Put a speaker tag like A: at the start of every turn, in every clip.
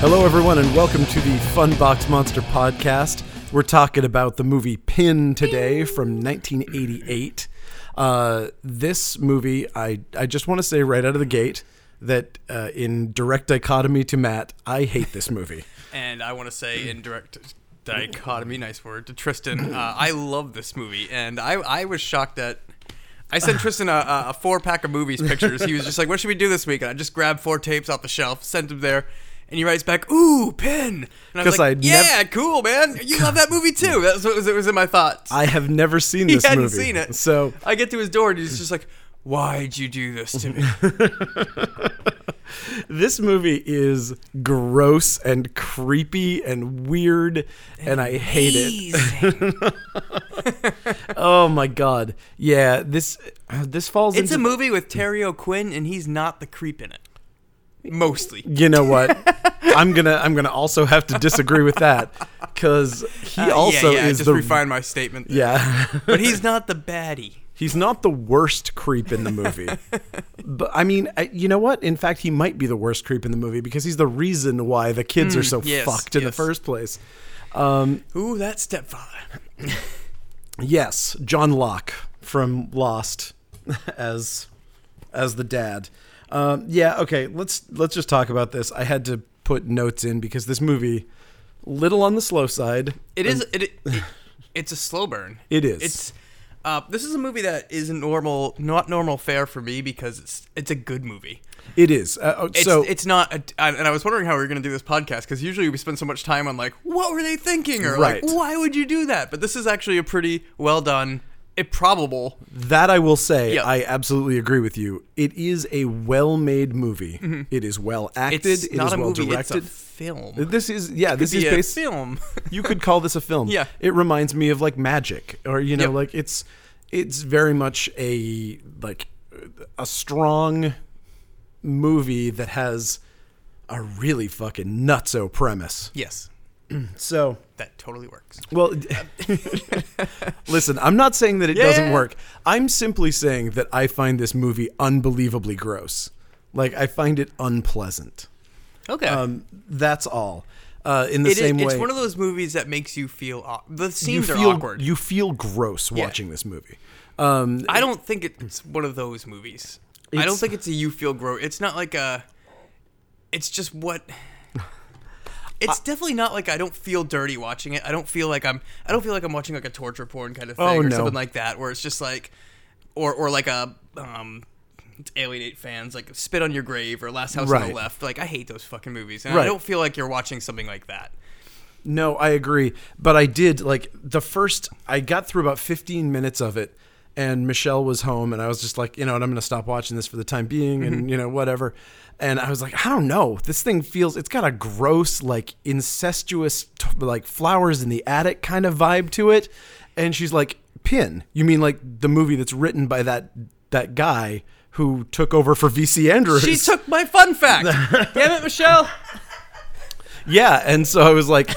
A: Hello, everyone, and welcome to the Funbox Monster Podcast. We're talking about the movie Pin today from 1988. Uh, this movie, I, I just want to say right out of the gate that, uh, in direct dichotomy to Matt, I hate this movie.
B: And I want to say in direct dichotomy, nice word, to Tristan, uh, I love this movie. And I, I was shocked that I sent Tristan a- a, a four pack of movies pictures. He was just like, what should we do this week? And I just grabbed four tapes off the shelf, sent them there. And he writes back, "Ooh, Pin," and I was
A: 'Cause
B: like,
A: I'd nev-
B: "Yeah, cool, man. You love that movie too." That's what was, it was in my thoughts.
A: I have never seen this
B: he hadn't
A: movie.
B: seen it,
A: So
B: I get to his door and he's just like, "Why'd you do this to me?"
A: this movie is gross and creepy and weird, and I hate it. Oh my god, yeah this uh, this falls
B: It's a
A: into
B: movie with Terry O'Quinn, and he's not the creep in it. Mostly.
A: you know what i'm gonna i'm gonna also have to disagree with that because he also
B: Uh, yeah, yeah,
A: is
B: just
A: the
B: refine my statement. there.
A: yeah
B: but he's not the baddie.
A: he's not the worst creep in the movie but i mean I, you know what in fact he might be the worst creep in the movie because he's the reason why the kids are so
B: Mm, yes,
A: fucked in the
B: yes.
A: first place Um,
B: Ooh, that stepfather.
A: yes john locke from lost as as the dad um, yeah okay let's let's just talk about this i had to put notes in because this movie little on the slow side
B: It is. It, it- It's a slow burn.
A: Um, It is.
B: It's. Uh, this is a movie that is a normal, not normal fare for me because it's it's a good movie.
A: It is. Uh, oh,
B: It's,
A: so
B: it's not. A, and I was wondering how we were going to do this podcast because usually we spend so much time on like what were they thinking or
A: Right.
B: like why would you do that. But this is actually a pretty well done, it probable
A: that I will say,
B: Yeah.
A: I absolutely agree with you. It is a well-made movie. It is well acted.
B: Mm-hmm. It's
A: it
B: not
A: is
B: a
A: well
B: movie.
A: directed.
B: It's a film.
A: this is yeah. This
B: Be
A: is
B: a
A: based.
B: film.
A: You could call this a film.
B: Yeah.
A: It reminds me of like Magic, or you know,
B: Yep.
A: like it's it's very much a like a strong movie that has a really fucking nutso premise.
B: yes,
A: So
B: that totally works.
A: Well, d- listen, I'm not saying that it doesn't
B: yeah.
A: work. I'm simply saying that I find this movie unbelievably gross. Like I find it unpleasant.
B: Okay.
A: Um, that's all. Uh, in the
B: It is-
A: same way,
B: It's one of those movies that makes you feel aw- the
A: you
B: scenes
A: feel
B: are awkward.
A: you feel gross watching this movie. Um,
B: I don't think it's one of those movies. I don't
A: It's-
B: think it's a you feel gross. It's not like a. It's just what. It's definitely not like I don't feel dirty watching it. I don't feel like I'm. I don't feel like I'm watching like a torture porn kind of thing
A: Oh,
B: or
A: no.
B: something like that, where it's just like, or or like a um, to alienate fans like spit on your grave or Last House on
A: Right.
B: the Left. Like I hate those fucking movies, and
A: Right.
B: I don't feel like you're watching something like that.
A: No, I agree. But I did like the first. I got through about 15 minutes of it, and Michelle was home, and I was just like, you know, what, I'm going to stop watching this for the time being, and you know, whatever. And I was like, I don't know. This thing feels. It's got a gross, like incestuous, t- like flowers in the attic kind of vibe to it. And she's like, Pin. You mean like the movie that's written by that that guy who took over for VC Andrews?
B: She took my fun fact. Damn it, Michelle.
A: Yeah, and so I was like,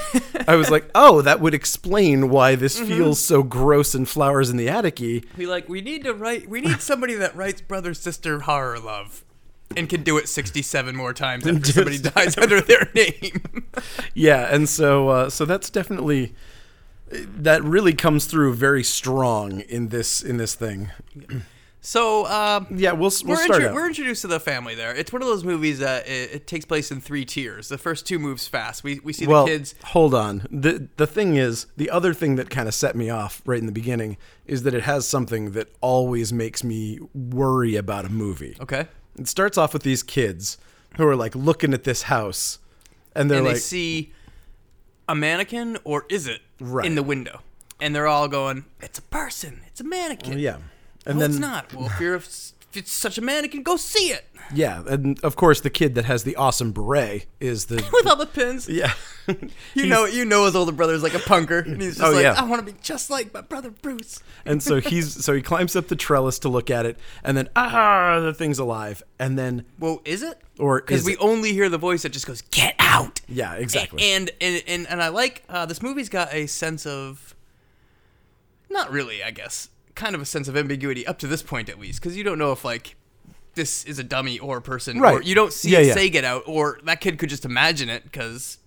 A: I was like, oh, that would explain why this
B: Mm-hmm.
A: feels so gross and flowers in the attic-y.
B: Be like, we need to write. We need somebody that writes brother sister horror love, and can do it sixty seven more times after somebody dies under their name.
A: Yeah, and so uh, so that's definitely that really comes through very strong in this in this thing.
B: so um,
A: Yeah, we'll s- we'll
B: we're,
A: start
B: intro-
A: out.
B: we're introduced to the family there. It's one of those movies that it, it takes place in three tiers. The first two moves fast. We we see
A: well,
B: the kids.
A: hold on. the The thing is, the other thing that kind of set me off right in the beginning is that it has something that always makes me worry about a movie.
B: Okay.
A: It starts off with these kids who are like looking at this house, and they're
B: And
A: like,
B: they see a mannequin, or is it
A: Right.
B: in the window? And they're all going, "It's a person. It's a mannequin."
A: yeah, and
B: No,
A: then
B: Oh, it's not. Well, if you're if it's such a mannequin, go see it
A: Yeah, and of course the kid that has the awesome beret is the
B: with all the pins.
A: yeah.
B: You know, you know his older brother's like a punker, and he's just
A: Oh,
B: like,
A: yeah.
B: I want to be just like my brother Bruce.
A: and so he's so he climbs up the trellis to look at it, and then ah, the thing's alive, and then
B: Well, is it?
A: Or
B: because
A: is
B: we
A: it?
B: only hear the voice that just goes, "Get out!"
A: yeah, exactly.
B: And and and, and I like uh, this movie's got a sense of, not really, I guess, kind of a sense of ambiguity up to this point at least, because you don't know if like this is a dummy or a person. Or
A: Right.
B: you don't see
A: Yeah,
B: it
A: yeah.
B: say get out, or that kid could just imagine it because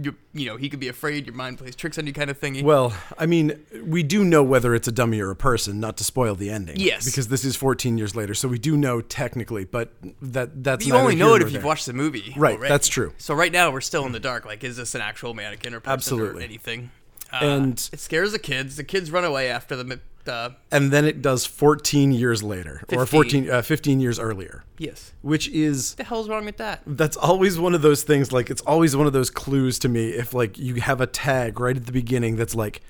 B: you you know he could be afraid. Your mind plays tricks on you, kind of thingy.
A: Well, I mean, we do know whether it's a dummy or a person, not to spoil the ending.
B: Yes.
A: Because this is 14 years later, so we do know technically, but that that's
B: you
A: neither
B: only
A: here
B: know it
A: nor
B: if you've
A: there.
B: watched the movie.
A: Right,
B: already.
A: that's true.
B: So right now we're still in the dark. Like, is this an actual mannequin or person
A: Absolutely.
B: or anything? Uh,
A: And-
B: it scares the kids. The kids run away after the. Uh,
A: And then it does 14 years later, or
B: 15.
A: 14, uh, 15 years earlier,
B: yes.
A: which is
B: What the hell's wrong with that?
A: that's always one of those things like it's always one of those clues to me if like you have a tag right at the beginning that's like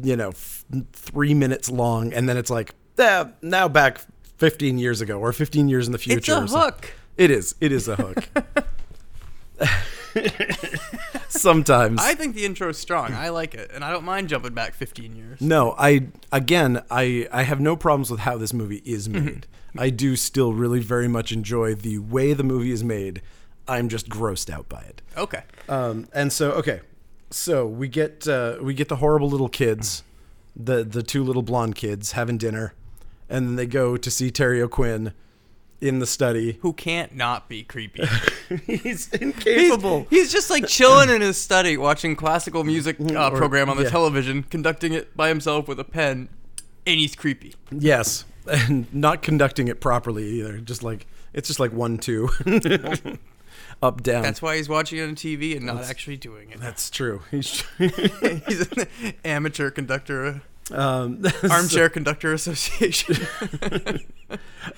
A: you know f- 3 minutes long and then it's like eh, now back 15 years ago or 15 years in the future
B: It's a
A: or something.
B: hook.
A: It is. It is a hook. Sometimes.
B: I think the intro is strong. I like it, and I don't mind jumping back 15 years.
A: no, I again, I I have no problems with how this movie is
B: Mm-hmm.
A: made. I do still really very much enjoy the way the movie is made. I'm just grossed out by it.
B: Okay.
A: Um, and so okay, so we get uh, we get the horrible little kids, the the two little blonde kids having dinner, and then they go to see Terry O'Quinn in the study.
B: Who can't not be creepy?
A: He's
B: He's-
A: incapable.
B: He's, just like chilling in his study, watching classical music uh,
A: Or-
B: program on the
A: yeah.
B: television, conducting it by himself with a pen, and he's creepy.
A: Yes, and not conducting it properly either. Just like it's just like one two, up down.
B: That's why he's watching it on TV and not actually doing it.
A: That's true. He's
B: he's an amateur conductor,
A: um,
B: armchair conductor association.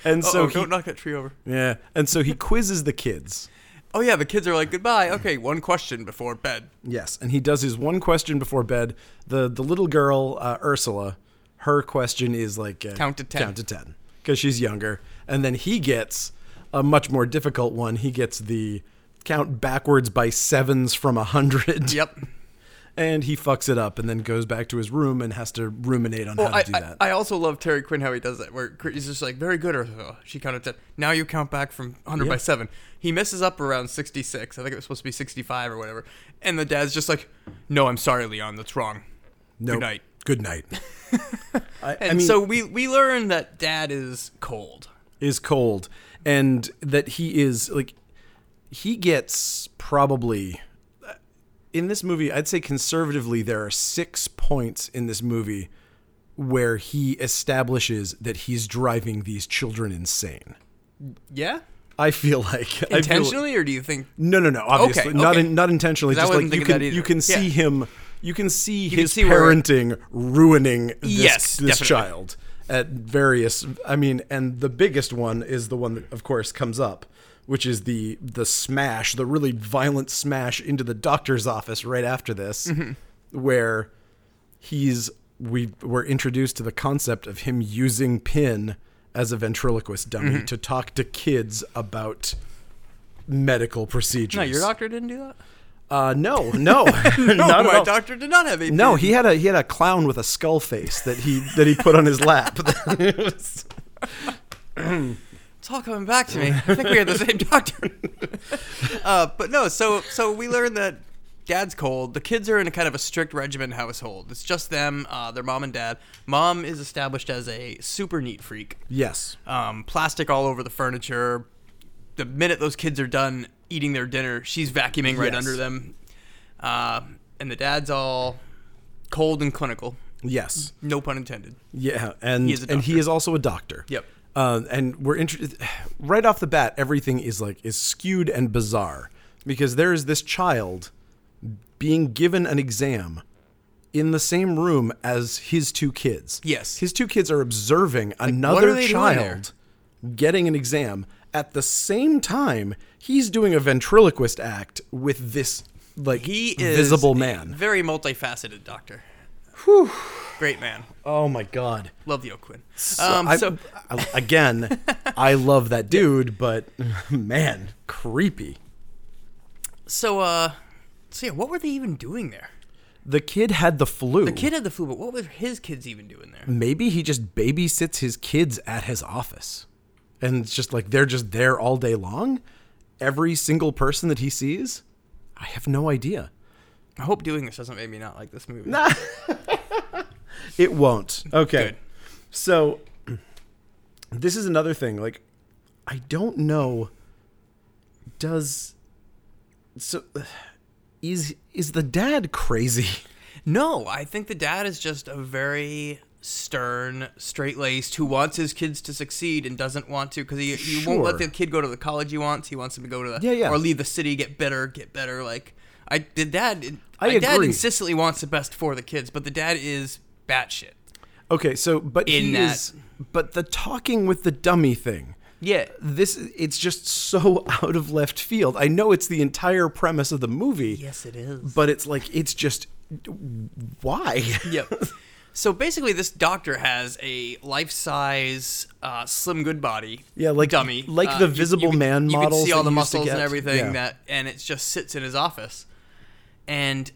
A: and
B: So
A: so he,
B: don't knock that tree over.
A: yeah, and so he quizzes the kids.
B: Oh yeah, the kids are like goodbye. Okay, one question before bed.
A: Yes, and he does his one question before bed. the The little girl uh, Ursula, her question is like uh,
B: Count to 10.
A: count to ten, because she's younger. And then he gets a much more difficult one. He gets the count backwards by sevens from a hundred.
B: Yep.
A: and he fucks it up and then goes back to his room and has to ruminate on
B: Well,
A: how to
B: I,
A: do
B: I,
A: that.
B: I also love Terry Quinn how he does that, where Cr- he's just like very good. Or oh, she counted ten. Now you count back from hundred by
A: Yeah.
B: seven. He messes up around sixty six. I think it was supposed to be sixty five or whatever. And the dad's just like, "No, I'm sorry, Leon. That's wrong."
A: no,
B: Good night.
A: Good night. I,
B: And
A: I mean, so
B: so we we learn that dad is cold.
A: is cold, and that he is like he gets probably in this movie. I'd say conservatively, there are six points in this movie where he establishes that he's driving these children insane.
B: Yeah.
A: I feel like I feel-
B: Intentionally, or do you think
A: No, no, no. Obviously,
B: Okay,
A: not
B: okay.
A: in, not intentionally.
B: 'Cause I
A: Just like
B: wasn't
A: you
B: thinking
A: can
B: that either.
A: you can see
B: Yeah.
A: him, you can see
B: can
A: his
B: see where-
A: parenting ruining this,
B: Yes,
A: this
B: definitely.
A: child at various. I mean, and the biggest one is the one that, of course, comes up, which is the the smash, the really violent smash into the doctor's office right after this,
B: Mm-hmm.
A: where he's we were introduced to the concept of him using pin as a ventriloquist dummy to talk to kids about medical procedures.
B: no, your doctor didn't do that?
A: Uh, no, no, no,
B: No,
A: not at
B: my
A: all.
B: doctor did not have AP.
A: no, he had a he had a clown with a skull face that he that he put on his lap. It was-
B: It's all coming back to me. I think we had the same doctor. uh, but no, so so we learned that dad's cold. The kids are in a kind of a strict regimen household. It's just them, uh, their mom and dad. Mom is established as a super neat freak.
A: yes,
B: Um, plastic all over the furniture. The minute those kids are done eating their dinner, she's vacuuming right
A: Yes.
B: under them. Uh, and the dad's all cold and clinical.
A: yes,
B: No pun intended.
A: yeah, and
B: He is a
A: and he
B: doctor.
A: is also a doctor.
B: Yep.
A: Uh, and we're interested right off the bat. Everything is like is skewed and bizarre because there is this child being given an exam in the same room as his two kids.
B: Yes.
A: his two kids are observing
B: what are
A: another
B: they doing there?
A: child getting an exam at the same time he's doing a ventriloquist act with this like
B: He is
A: visible
B: a
A: man.
B: very multifaceted doctor. Great man.
A: Oh my god.
B: Love the O'Quinn.
A: Um,
B: Um,
A: I,
B: so
A: I- again, I love that dude, but man, creepy.
B: so uh so yeah, what were they even doing there?
A: The kid had the flu.
B: The kid had the flu, but what were his kids even doing there?
A: Maybe he just babysits his kids at his office, and it's just like they're just there all day long. Every single person that he sees, I have no idea.
B: I hope doing this doesn't make me not like this movie.
A: It won't. Okay.
B: Good.
A: So this is another thing. Like I don't know. Does so? Is is the dad crazy?
B: No, I think the dad is just a very stern, straight laced who wants his kids to succeed and doesn't want to because he, he won't let
A: Sure.
B: the kid go to the college he wants. He wants him to go to the
A: Yeah, yeah.
B: or leave the city, get better, get better. Like I the dad,
A: I
B: my dad
A: agree.
B: insistently wants the best for the kids, but the dad is batshit.
A: Okay, so but
B: In
A: he
B: that-
A: is but the talking with the dummy thing.
B: Yeah,
A: This it's just so out of left field. I know it's the entire premise of the movie.
B: yes, it is.
A: But it's like it's just why?
B: Yep. So basically, this doctor has a life-size uh, Slim Good body.
A: Yeah, like-
B: dummy,
A: like
B: Uh,
A: the
B: you- you
A: Visible
B: can-
A: Man
B: you
A: models
B: can see all
A: that
B: the
A: you used to
B: muscles and
A: get.
B: everything
A: Yeah.
B: that, and it just sits in his office, and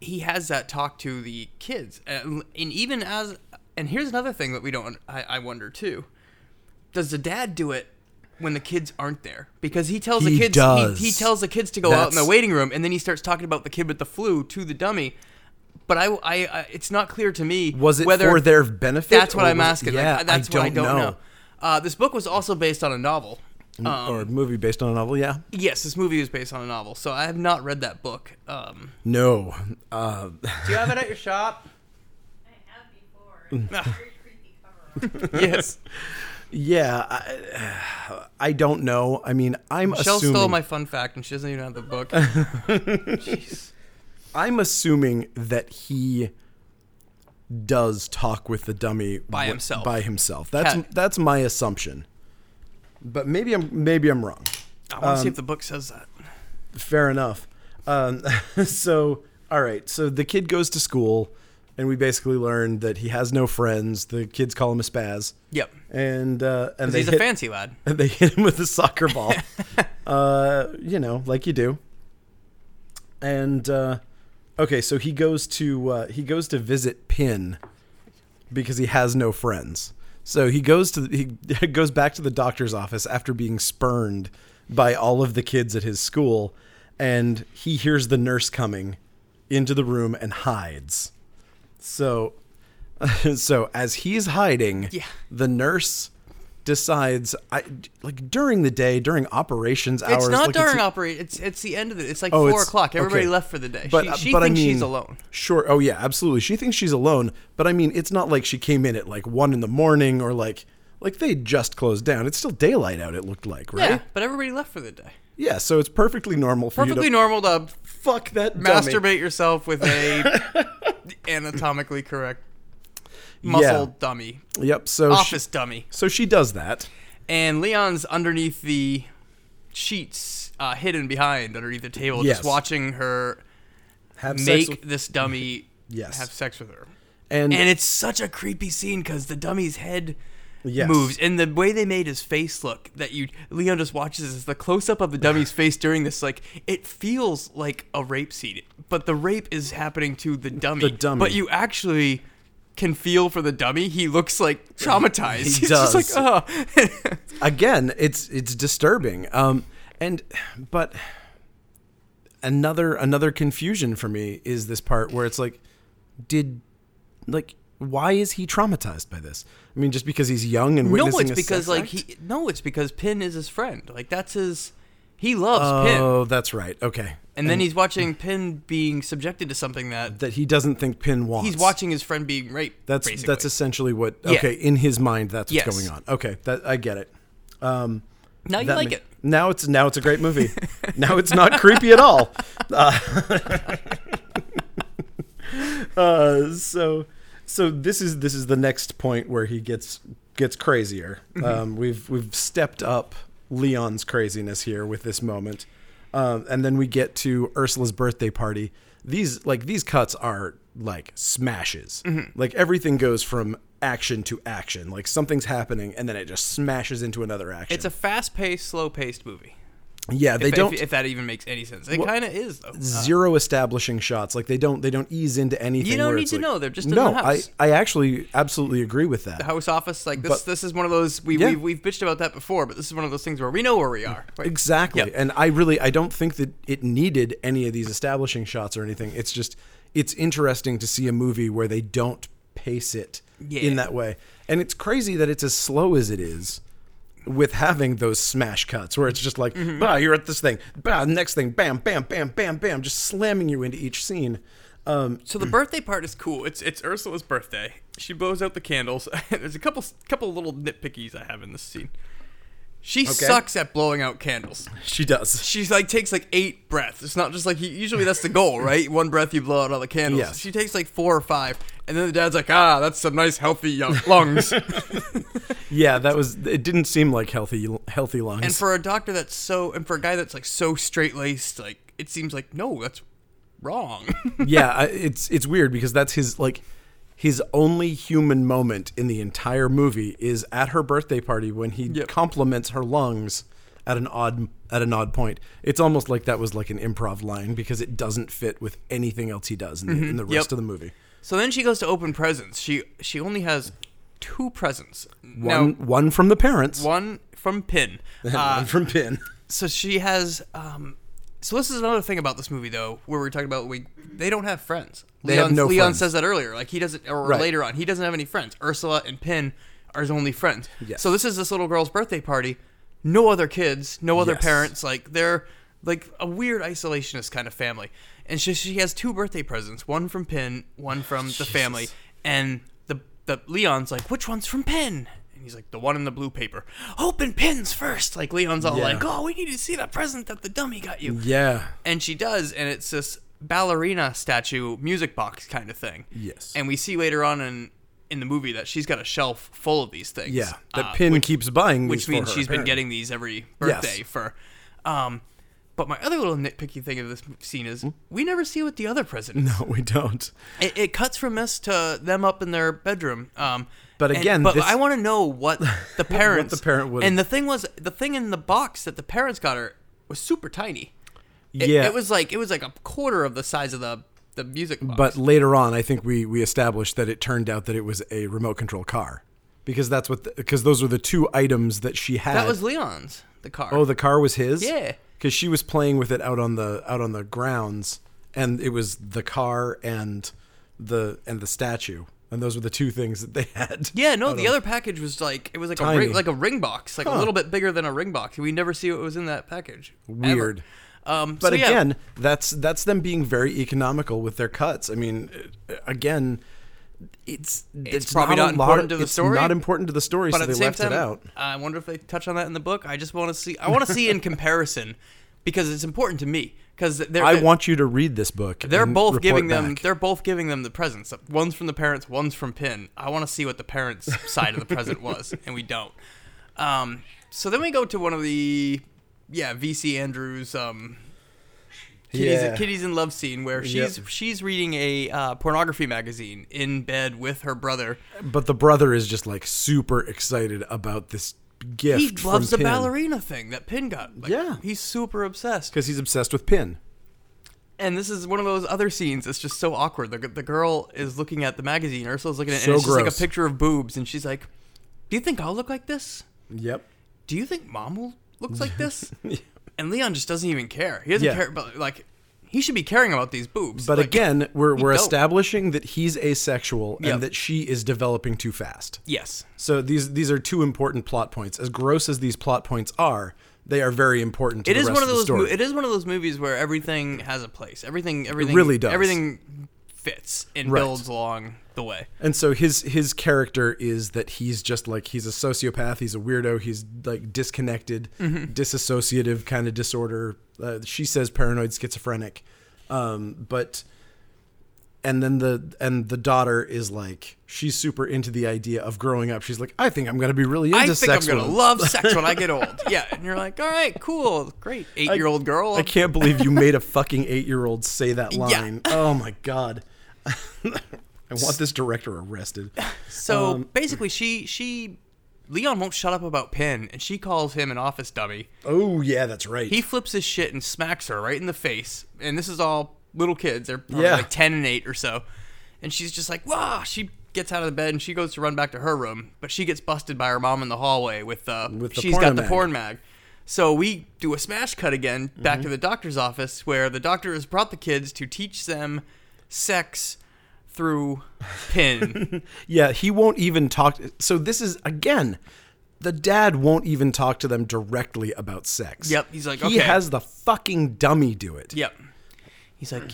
B: he has that talk to the kids, and, and even as, and here's another thing that we don't, I, I wonder too, does the dad do it? When the kids aren't there, because he tells the
A: He
B: kids,
A: does.
B: He, he tells the kids to go out in the
A: That's-
B: waiting room, and then he starts talking about the kid with the flu to the dummy. But I, I, I it's not clear to me
A: Was it
B: whether
A: for their benefit?
B: that's what
A: or
B: I'm
A: was it-
B: asking.
A: Yeah,
B: like, that's
A: I don't,
B: what I don't know. Uh, this book was also based on a novel. Uh,
A: know.
B: Um,
A: or a movie based on a novel, yeah.
B: Yes, this movie was based on a novel, so I have not read that book. Um,
A: No. Uh,
B: Do you have it at your shop?
C: I have before. It's a very creepy cover.
B: yes.
A: yeah, I, I don't know. I mean, I'm
B: Shell
A: assuming
B: stole my fun fact, and she doesn't even have the book. Jeez.
A: I'm assuming that he does talk with the dummy
B: By
A: wi-
B: himself.
A: By himself. That's
B: Heck.
A: that's my assumption. But maybe I'm maybe I'm wrong.
B: I want to
A: Um,
B: see if the book says that.
A: Fair enough. Um, so all right. So the kid goes to school, and we basically learn that he has no friends. The kids call him a spaz.
B: Yep.
A: And uh, and they
B: He's a
A: hit,
B: fancy lad.
A: and they hit him with a soccer ball. uh, you know, like you do. And uh, okay, so he goes to uh, he goes to visit Pin because he has no friends. So he goes to the, he goes back to the doctor's office after being spurned by all of the kids at his school, and he hears the nurse coming into the room and hides. So, so as he's hiding,
B: Yeah.
A: the nurse decides I like during the day during operations hours.
B: it's
A: like,
B: not
A: e-
B: during operate. It's it's the end of it. It's like
A: Oh,
B: four
A: it's-
B: o'clock. Everybody
A: okay.
B: left for the day.
A: But
B: she
A: uh,
B: she
A: but
B: thinks
A: I mean,
B: she's alone.
A: Sure. Oh yeah, absolutely. She thinks she's alone. But I mean, it's not like she came in at like one in the morning or like like they just closed down. It's still daylight out. It looked like right.
B: Yeah, but everybody left for the day.
A: Yeah, so it's perfectly normal for
B: Perfectly
A: you to
B: normal to
A: fuck that
B: masturbate
A: dummy.
B: yourself with a anatomically correct muscle dummy,
A: Yep. So she,
B: office dummy.
A: so she does that.
B: And Leon's underneath the sheets, uh, hidden behind underneath the table,
A: Yes.
B: just watching her
A: Have
B: make
A: sex with,
B: this dummy
A: Yes.
B: have sex with her.
A: and,
B: And it's such a creepy scene because the dummy's head
A: Yes.
B: moves, and the way they made his face look that you Leon just watches is the close up of the dummy's face during this. Like it feels like a rape scene, but the rape is happening to the dummy.
A: The dummy.
B: But you actually can feel for the dummy. He looks like traumatized.
A: He
B: He's
A: does.
B: just like, oh.
A: again, it's it's disturbing. Um, and but another another confusion for me is this part where it's like, did like why is he traumatized by this? I mean, just because he's young and
B: no,
A: witnessing
B: it's
A: a
B: because
A: sex
B: like
A: act?
B: he. No, it's because Pin is his friend. Like that's his. He loves Pin.
A: Oh, that's right. Okay,
B: And then he's watching Pin being subjected to something that
A: that he doesn't think Pin wants.
B: he's watching his friend being raped.
A: That's
B: basically.
A: that's essentially what.
B: Yeah.
A: Okay, in his mind, that's what's
B: Yes.
A: going on. Okay, that I get it. Um,
B: now you
A: that
B: like
A: ma-
B: it.
A: Now it's now it's a great movie. now it's not creepy at all. Uh, uh, so so this is this is the next point where he gets gets crazier.
B: Mm-hmm.
A: Um, we've we've stepped up Leon's craziness here with this moment, um, and then we get to Ursula's birthday party. These like these cuts are like smashes.
B: Mm-hmm.
A: Like everything goes from action to action. Like something's happening, and then it just smashes into another action.
B: It's a fast-paced, slow-paced movie.
A: Yeah, they
B: If-
A: don't
B: If, uh, if that even makes any sense, it kind of is though. Uh,
A: zero establishing shots. Like they don't they don't ease into anything.
B: You don't
A: where
B: need
A: it's
B: to
A: like-
B: know, they're just in
A: no.
B: the house.
A: I I actually absolutely agree with that.
B: the Uh, House office, like this.
A: But-
B: this is one of those we,
A: Yeah.
B: we we've bitched about that before, but this is one of those things where we know where we are. Right?
A: Exactly.
B: Yep.
A: And I really I don't think that it needed any of these establishing shots or anything. It's just it's interesting to see a movie where they don't pace it
B: Yeah.
A: in that way. And it's crazy that it's as slow as it is. with having those smash cuts where it's just like,
B: Mm-hmm.
A: bah, you're at this thing, bah, next thing, bam, bam, bam, bam, bam, just slamming you into each scene. Um,
B: So the birthday part is cool. It's it's Ursula's birthday. She blows out the candles. There's a couple couple little nitpickies I have in this scene. She sucks at blowing out candles.
A: she does.
B: She's like takes like eight breaths. It's not just like usually that's the goal, right? One breath you blow out all the candles.
A: Yes.
B: She takes like four or five, and then the dad's like, "Ah, that's some nice healthy young lungs."
A: Yeah, that was. It didn't seem like healthy, healthy lungs.
B: and for a doctor that's so, and for a guy that's like so straight laced, like it seems like no, that's wrong.
A: yeah, I, it's it's weird because that's his like his only human moment in the entire movie is at her birthday party when he
B: Yep.
A: compliments her lungs at an odd at an odd point. It's almost like that was like an improv line because it doesn't fit with anything else he does in the, in the rest
B: Mm-hmm. Yep.
A: of the movie.
B: so then she goes to open presents. She she only has two presents.
A: One one from the parents, one,
B: one from Pin. Uh,
A: from Pin.
B: so she has. Um, so this is another thing about this movie, though, where we're talking about we they don't have friends.
A: They
B: Leon,
A: have no
B: Leon
A: friends.
B: says that earlier. Like he doesn't, or
A: Right.
B: later on, he doesn't have any friends. Ursula and Pin are his only friends.
A: Yes.
B: So this is this little girl's birthday party. No other kids, no other
A: Yes.
B: parents. Like they're like a weird isolationist kind of family. And she she has two birthday presents, one from Pin, one from the family. And the the Leon's like, which one's from Pin? And he's like, the one in the blue paper. Open Pin's first. Like Leon's all
A: Yeah.
B: like, oh, we need to see that present that the dummy got you.
A: Yeah.
B: And she does, and it's this ballerina statue music box kind of thing.
A: Yes.
B: And we see later on in in the movie that she's got a shelf full of these things.
A: Yeah. That
B: uh,
A: Pin keeps buying
B: which
A: these for
B: means
A: her,
B: she's been
A: apparently.
B: getting these every
A: Yes.
B: birthday for um but my other little nitpicky thing of this scene is
A: Hmm?
B: we never see what the other president is.
A: No, we don't.
B: It, it cuts from this to them up in their bedroom. Um,
A: But
B: and-
A: again,
B: but
A: this-
B: I want to know what the parents,
A: parent would-
B: and the thing was, the thing in the box that the parents got her was super tiny. It,
A: yeah.
B: it was like it was like a quarter of the size of the the music box.
A: But later on, I think we we established that it turned out that it was a remote control car, because that's what because those were the two items that she had.
B: that was Leon's the car.
A: oh, the car was his.
B: Yeah.
A: because she was playing with it out on the out on the grounds, and it was the car and the and the statue, and those were the two things that they had.
B: yeah, no, the other package was like it was like a
A: Oh, Tiny.
B: ring, like a ring box, like a
A: Huh.
B: little bit bigger than a ring box. We never see what was in that package. ever.
A: Weird.
B: Um,
A: But
B: so, yeah.
A: again, that's that's them being very economical with their cuts. I mean, uh, again, it's it's,
B: probably not
A: a lot
B: important
A: of-
B: to the
A: it's
B: story,
A: Not important to the story, so
B: but
A: they
B: at the same
A: left
B: time,
A: it out.
B: I wonder if they touch on that in the book. I just want to see. I want to see in comparison because it's important to me. Because they're,
A: I
B: they're-
A: want you to read this book.
B: They're
A: and
B: both
A: report
B: giving them.
A: back.
B: They're both giving them the presents. One's from the parents. One's from Pin. I want to see what the parents' side of the present was, and we don't. Um, so then we go to one of the, yeah, VC Andrews. Um, Kitty's,
A: Yeah.
B: Kitty's in love scene where she's she's reading a uh, pornography magazine in bed with her brother.
A: But the brother is just like super excited about this gift.
B: He loves the
A: from Pin
B: ballerina thing that Pin got. Like,
A: Yeah.
B: he's super obsessed.
A: because he's obsessed with Pin.
B: And this is one of those other scenes that's just so awkward. The, the girl is looking at the magazine. Ursula's looking at it,
A: So
B: and it's just like a
A: gross.
B: picture of boobs. And she's like, Do you think I'll look like this?
A: Yep.
B: Do you think mom will looks like this? and Leon just doesn't even care. He doesn't
A: Yeah.
B: care about, like, he should be caring about these boobs.
A: But
B: Like,
A: again, we're we're
B: don't.
A: establishing that he's asexual
B: Yep.
A: and that she is developing too fast.
B: Yes.
A: So these these are two important plot points. As gross as these plot points are, they are very important. To
B: It
A: the
B: is
A: rest
B: one of
A: the
B: those. mo-
A: story.
B: it is one of those movies where everything has a place. Everything, everything
A: really does.
B: Everything fits and
A: Right.
B: builds along the way.
A: And so his his character is that he's just like he's a sociopath, he's a weirdo, he's like disconnected,
B: Mm-hmm.
A: disassociative kind of disorder. Uh, she says paranoid schizophrenic, um, but and then the and the daughter is like she's super into the idea of growing up. She's like, I think I'm gonna be really into
B: I think I'm
A: sex.
B: gonna
A: with-
B: love sex when I get old. Yeah, and you're like, all right, cool, great, eight year old girl.
A: I can't believe you made a fucking eight year old say that line. Oh my god, I want this director arrested.
B: So
A: um,
B: basically, she she Leon won't shut up about Pin, and she calls him an office dummy.
A: Oh yeah, that's right.
B: He flips his shit and smacks her right in the face. And this is all little kids; they're probably
A: Yeah.
B: like ten and eight or so. And she's just like, "Wow!" She gets out of the bed and she goes to run back to her room, but she gets busted by her mom in the hallway with uh,
A: With the
B: she's got the
A: pornomag.
B: porn mag. So we do a smash cut again back to the doctor's office where the doctor has brought the kids to teach them sex through pin.
A: Yeah, he won't even talk. So this is again the dad won't even talk to them directly about sex.
B: Yep, he's like,
A: he
B: "Okay."
A: has the fucking dummy do it.
B: Yep. He's like,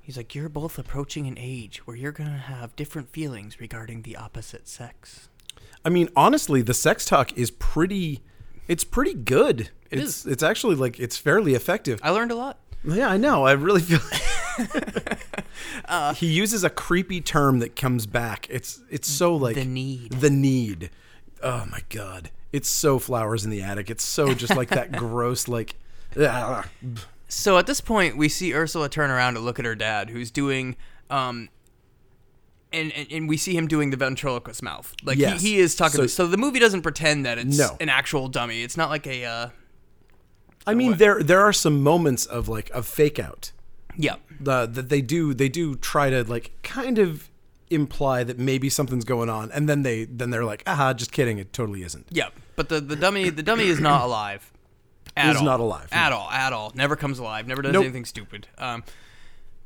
B: he's like, you're both approaching an age where you're gonna have different feelings regarding the opposite sex.
A: I mean, honestly, the sex talk is pretty. It's pretty good. It's
B: is.
A: it's actually like it's fairly effective.
B: I learned a lot.
A: yeah, I know. I really feel.
B: Uh,
A: he uses a creepy term that comes back. It's it's so like
B: The need.
A: The need. Oh my god, it's so flowers in the attic. It's so just like that gross like. ah.
B: So at this point, we see Ursula turn around to look at her dad, who's doing, um, and and, and we see him doing the ventriloquist mouth. Like
A: Yes.
B: he, he is talking.
A: So-
B: So, the movie doesn't pretend that it's
A: No.
B: an actual dummy. It's not like a, uh,
A: I mean, there there are some moments of like of fake out.
B: yeah,
A: the that they do they do try to like kind of imply that maybe something's going on and then they then they're like aha just kidding it totally isn't
B: yeah. But the the dummy the dummy is not alive. At
A: Is
B: all.
A: not alive,
B: At all. At all. Never comes alive. Never does
A: Nope.
B: anything stupid. Um,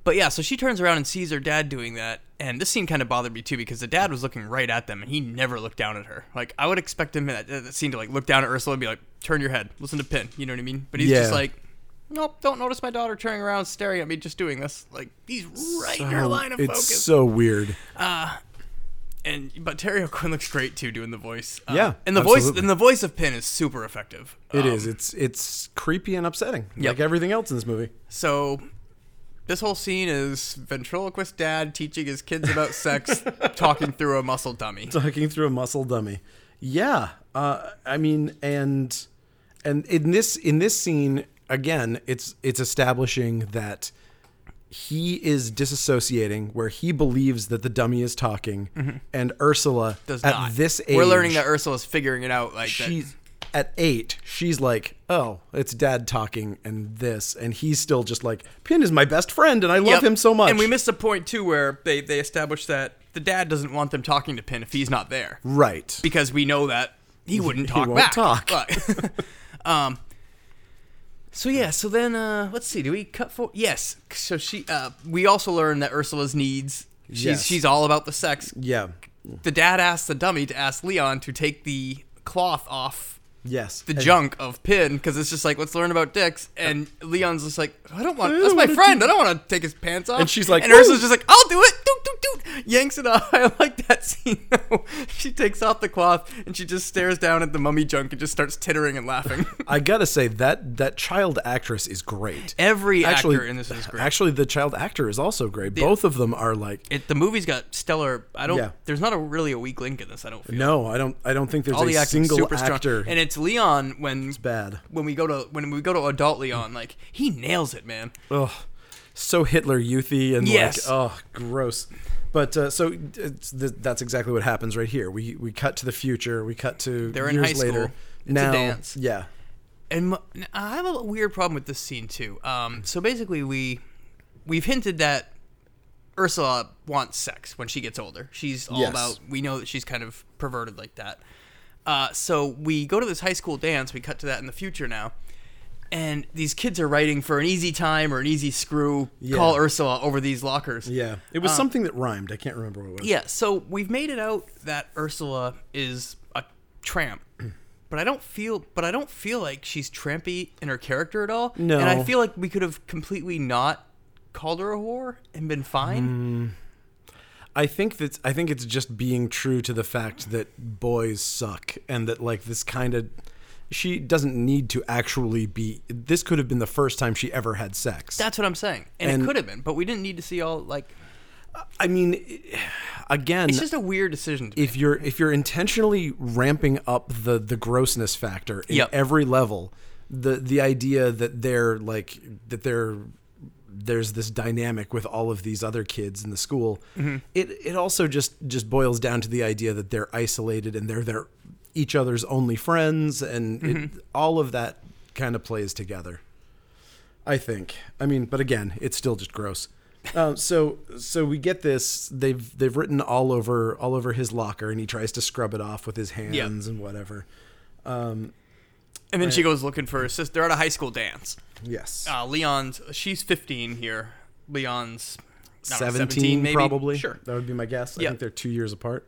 B: but yeah, so she turns around and sees her dad doing that, and this scene kind of bothered me too because the dad was looking right at them and he never looked down at her. Like I would expect him in that, that scene to like look down at Ursula and be like, "Turn your head, listen to Pin," you know what I mean? But he's just
A: Yeah.
B: like, "Nope, don't notice my daughter turning around, staring at me, just doing this." Like he's right in her
A: So-
B: line of
A: it's
B: focus.
A: so weird
B: and but Terry O'Quinn looks great too doing the voice. Uh,
A: Yeah,
B: and the voice
A: absolutely.
B: and the voice of Pin is super effective.
A: It is. it's it's creepy and upsetting
B: Um, Yep.
A: like everything else in this movie
B: So this whole scene is ventriloquist dad teaching his kids about sex, talking through a muscle dummy.
A: talking through a muscle dummy yeah uh i mean and and in this in this scene again it's it's establishing that he is disassociating where he believes that the dummy is talking and ursula
B: Mm-hmm. Does
A: at
B: not.
A: this age
B: we're learning that Ursula's figuring it out. Like
A: she's at eight she's like oh it's dad talking and this and he's still just like pin is my best friend and i love
B: that. Yep.
A: him so much
B: And we missed a point too where they they established that the dad doesn't want them talking to Pin if he's not there
A: right
B: because we know that he wouldn't talk
A: won't
B: back.
A: talk.
B: Right. um. So yeah, so then uh, let's see. Do we cut for? Yes. So she. Uh, we also learned that Ursula's needs. She's
A: Yes.
B: she's all about the sex.
A: yeah
B: the dad asked the dummy to ask Leon to take the cloth off
A: yes
B: the
A: And-
B: junk of Pin because it's just like let's learn about dicks, and Leon's just like I don't want
A: I don't
B: that's my
A: wanna
B: friend
A: do
B: I don't want to take his pants off,
A: And she's like,
B: and Ursula's
A: "Ooh."
B: just like I'll do it, doot doot doot, yanks it off. I like that scene though. She takes off the cloth and she just stares down at the mummy junk and just starts tittering and laughing.
A: I gotta say that that child actress is great.
B: Every actor in this is great.
A: Actually, the child actor is also great. Both of them are like.
B: It, the movie's got stellar. I don't.
A: Yeah.
B: There's not a really a weak link in this. I don't feel.
A: No, I don't. I don't think there's
B: All the
A: a
B: acting's
A: single
B: super
A: actor.
B: strong, and it's Leon when
A: bad.
B: when we go to when we go to adult Leon, like he nails it, man.
A: Ugh, so Hitler youthy and
B: Yes.
A: like, oh, gross. But uh, so it's th- that's exactly what happens right here. We we cut to the future. We cut to
B: They're in
A: years
B: high school.
A: later.
B: It's a
A: now,
B: dance.
A: yeah,
B: And m- I have a weird problem with this scene too. Um, so basically, we we've hinted that Ursula wants sex when she gets older. She's all
A: Yes.
B: about. We know that she's kind of perverted like that. Uh, so we go to this high school dance. We cut to that in the future now, and these kids are writing for an easy time or an easy screw. Call Ursula over these lockers.
A: yeah. It
B: Um,
A: was something that rhymed. I can't remember what it was.
B: Yeah, so we've made it out that Ursula is a tramp. But I don't feel but I don't feel like she's trampy in her character at all.
A: No.
B: And I feel like we could have completely not called her a whore and been
A: Mm.
B: fine.
A: I think that I think it's just being true to the fact that boys suck and that like this kind of she doesn't need to actually be this could have been the first time she ever had sex.
B: That's what I'm saying. And, it
A: And-
B: could have been, but we didn't need to see all like
A: I mean again
B: it's just a weird decision to
A: if you're if you're intentionally ramping up the the grossness factor in
B: Yep.
A: every level the the idea that they're like that they're there's this dynamic with all of these other kids in the school
B: Mm-hmm.
A: it it also just just boils down to the idea that they're isolated and they're their each other's only friends and
B: Mm-hmm.
A: it, all of that kind of plays together I think. I mean, but again, it's still just gross. Um, so so we get this. They've they've written all over all over his locker, and he tries to scrub it off with his hands
B: Yeah.
A: and whatever.
B: And then she goes looking for her sister. They're at a high school dance.
A: Yes.
B: Uh, Leon's she's 15 here. Leon's I don't know,
A: Seventeen,
B: maybe?
A: probably.
B: Sure.
A: That would be my guess.
B: Yeah.
A: I think they're two years apart.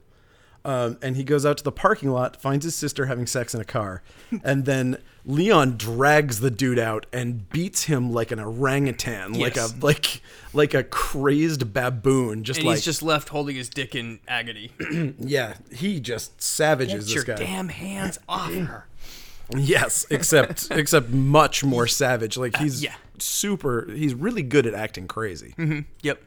A: Um, and he goes out to the parking lot, finds his sister having sex in a car, and then Leon drags the dude out and beats him like an orangutan, like
B: Yes.
A: a like like a crazed baboon. Just
B: And
A: like
B: he's just left holding his dick in agony.
A: yeah, he just savages
B: Get
A: this
B: your
A: guy.
B: damn hands off her.
A: Yes, except except much more savage. Like he's
B: yeah. Mm-hmm.
A: super. He's really good at acting crazy.
B: Yep.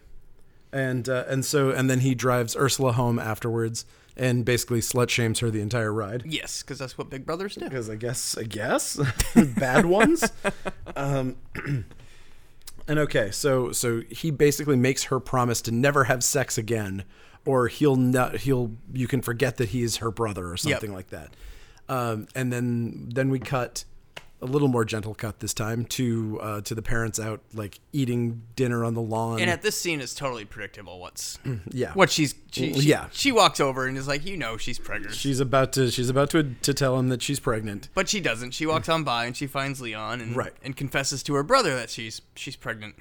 A: And uh, and so and then he drives Ursula home afterwards and basically slut shames her the entire ride.
B: Yes, because that's what big brothers do.
A: Because I guess I guess bad ones. Um, and okay, so so he basically makes her promise to never have sex again, or he'll not he'll you can forget that he is her brother or something like that. Um, and then then we cut a little more gentle cut this time to uh, to the parents out like eating dinner on the lawn.
B: And at this scene, it's totally predictable what's
A: yeah,
B: what she's. She, she-
A: Yeah.
B: She walks over and is like, you know, she's pregnant.
A: she's about to she's about to to tell him that she's pregnant.
B: But she doesn't. She walks on by and she finds Leon and
A: Right.
B: and confesses to her brother that she's she's pregnant.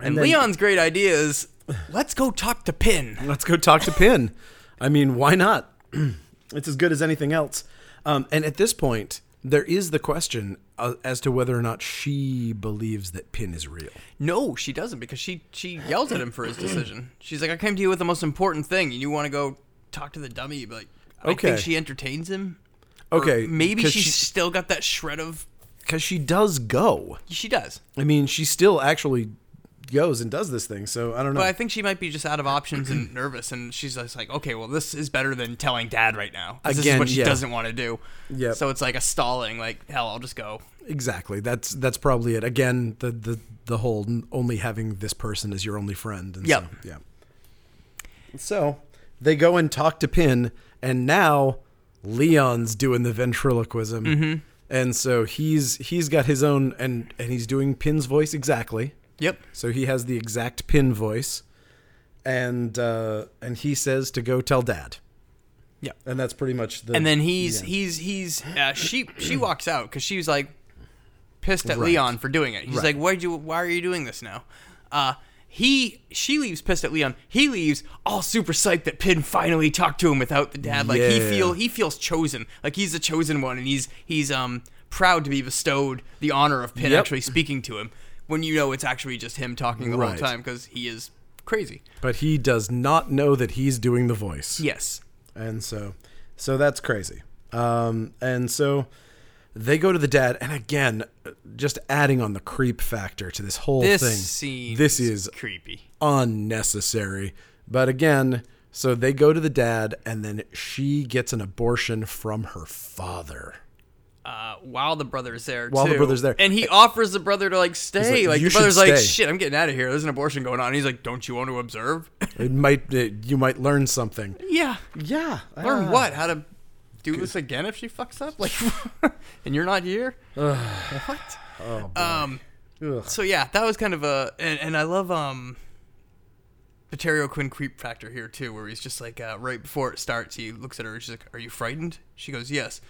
B: And,
A: then-
B: Leon's great idea is let's go talk to Pin.
A: Let's go talk to Pin. I mean, why not? it's as good as anything else. Um, and at this point, there is the question uh, as to whether or not she believes that Pin is real.
B: No, she doesn't because she she yells at him for his decision. She's like, I came to you with the most important thing, and you want to go talk to the dummy. But like, I
A: Okay.
B: think she entertains him. Or
A: Okay,
B: maybe
A: because
B: she's still got that shred of.
A: because she does go.
B: She does,
A: I mean, she still actually goes and does this thing. So I don't know.
B: but I think she might be just out of options and nervous, and she's just like, okay, well, this is better than telling Dad right now. 'cause this is
A: Again,
B: what she
A: yeah.
B: doesn't want to do.
A: Yep.
B: So it's like a stalling. Like, hell, I'll just go.
A: exactly. That's that's probably it. Again, the the the whole n- only having this person as your only friend. And
B: Yep.
A: So, yeah. So they go and talk to Pin, and now Leon's doing the ventriloquism,
B: Mm-hmm.
A: and so he's he's got his own, and and he's doing Pin's voice exactly.
B: Yep.
A: So he has the exact Pin voice, and uh, and he says to go tell Dad.
B: Yeah.
A: And that's pretty much the.
B: And then he's
A: Yeah.
B: he's he's uh, she she walks out because she was like pissed at
A: Right.
B: Leon for doing it. He's
A: Right.
B: like, why you why are you doing this now? Uh, he she leaves pissed at Leon. He leaves all super psyched that Pin finally talked to him without the dad. Like he
A: Yeah.
B: feel he feels chosen. Like he's the chosen one, and he's he's um proud to be bestowed the honor of Pin
A: Yep.
B: actually speaking to him. When you know it's actually just him talking the whole
A: Right.
B: time because he is crazy.
A: but he does not know that he's doing the voice.
B: Yes.
A: and so so that's crazy um and so they go to the dad and again just adding on the creep factor to this whole
B: This
A: thing
B: scene.
A: this is
B: creepy.
A: unnecessary but again so they go to the dad and then she gets an abortion from her father
B: uh, while the brother's there.
A: While the
B: too.
A: brother's there.
B: and he offers the brother to like stay.
A: like,
B: Like,
A: "You
B: the brother's
A: should
B: like,
A: stay."
B: "Shit, I'm getting out of here. There's an abortion going on." And he's like, "Don't you want to observe?"
A: it might it, you might learn something
B: yeah. uh,
A: yeah
B: Learn what? How to do this again if she fucks up? Like, and you're not here. what?
A: Oh,
B: um. So yeah, that was kind of a, and, and I love um. Paterio Quinn creep factor here too, where he's just like uh, right before it starts, he looks at her. She's like, "Are you frightened?" She goes, "Yes."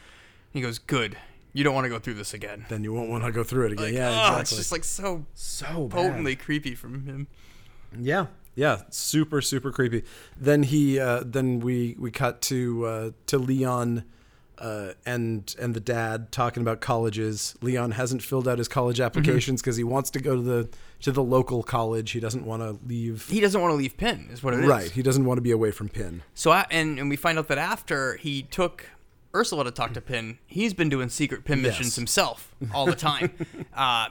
B: He goes, "Good. You don't want to go through this again."
A: then you won't want to go through it again
B: Like,
A: yeah
B: oh,
A: exactly
B: it's just like so
A: so bad.
B: potently creepy from him.
A: Yeah, yeah, super super creepy. Then he uh, then we we cut to uh, to Leon uh, and and the dad talking about colleges. Leon hasn't filled out his
B: Mm-hmm.
A: college applications because he wants to go to the to the local college. He doesn't want to leave.
B: He doesn't want to leave Penn, is what it is.
A: Right, he doesn't want to be away from Pin.
B: So I, and and we find out that after he took Ursula to talk to Penn, he's been doing secret Penn
A: Yes.
B: missions himself all the time. uh,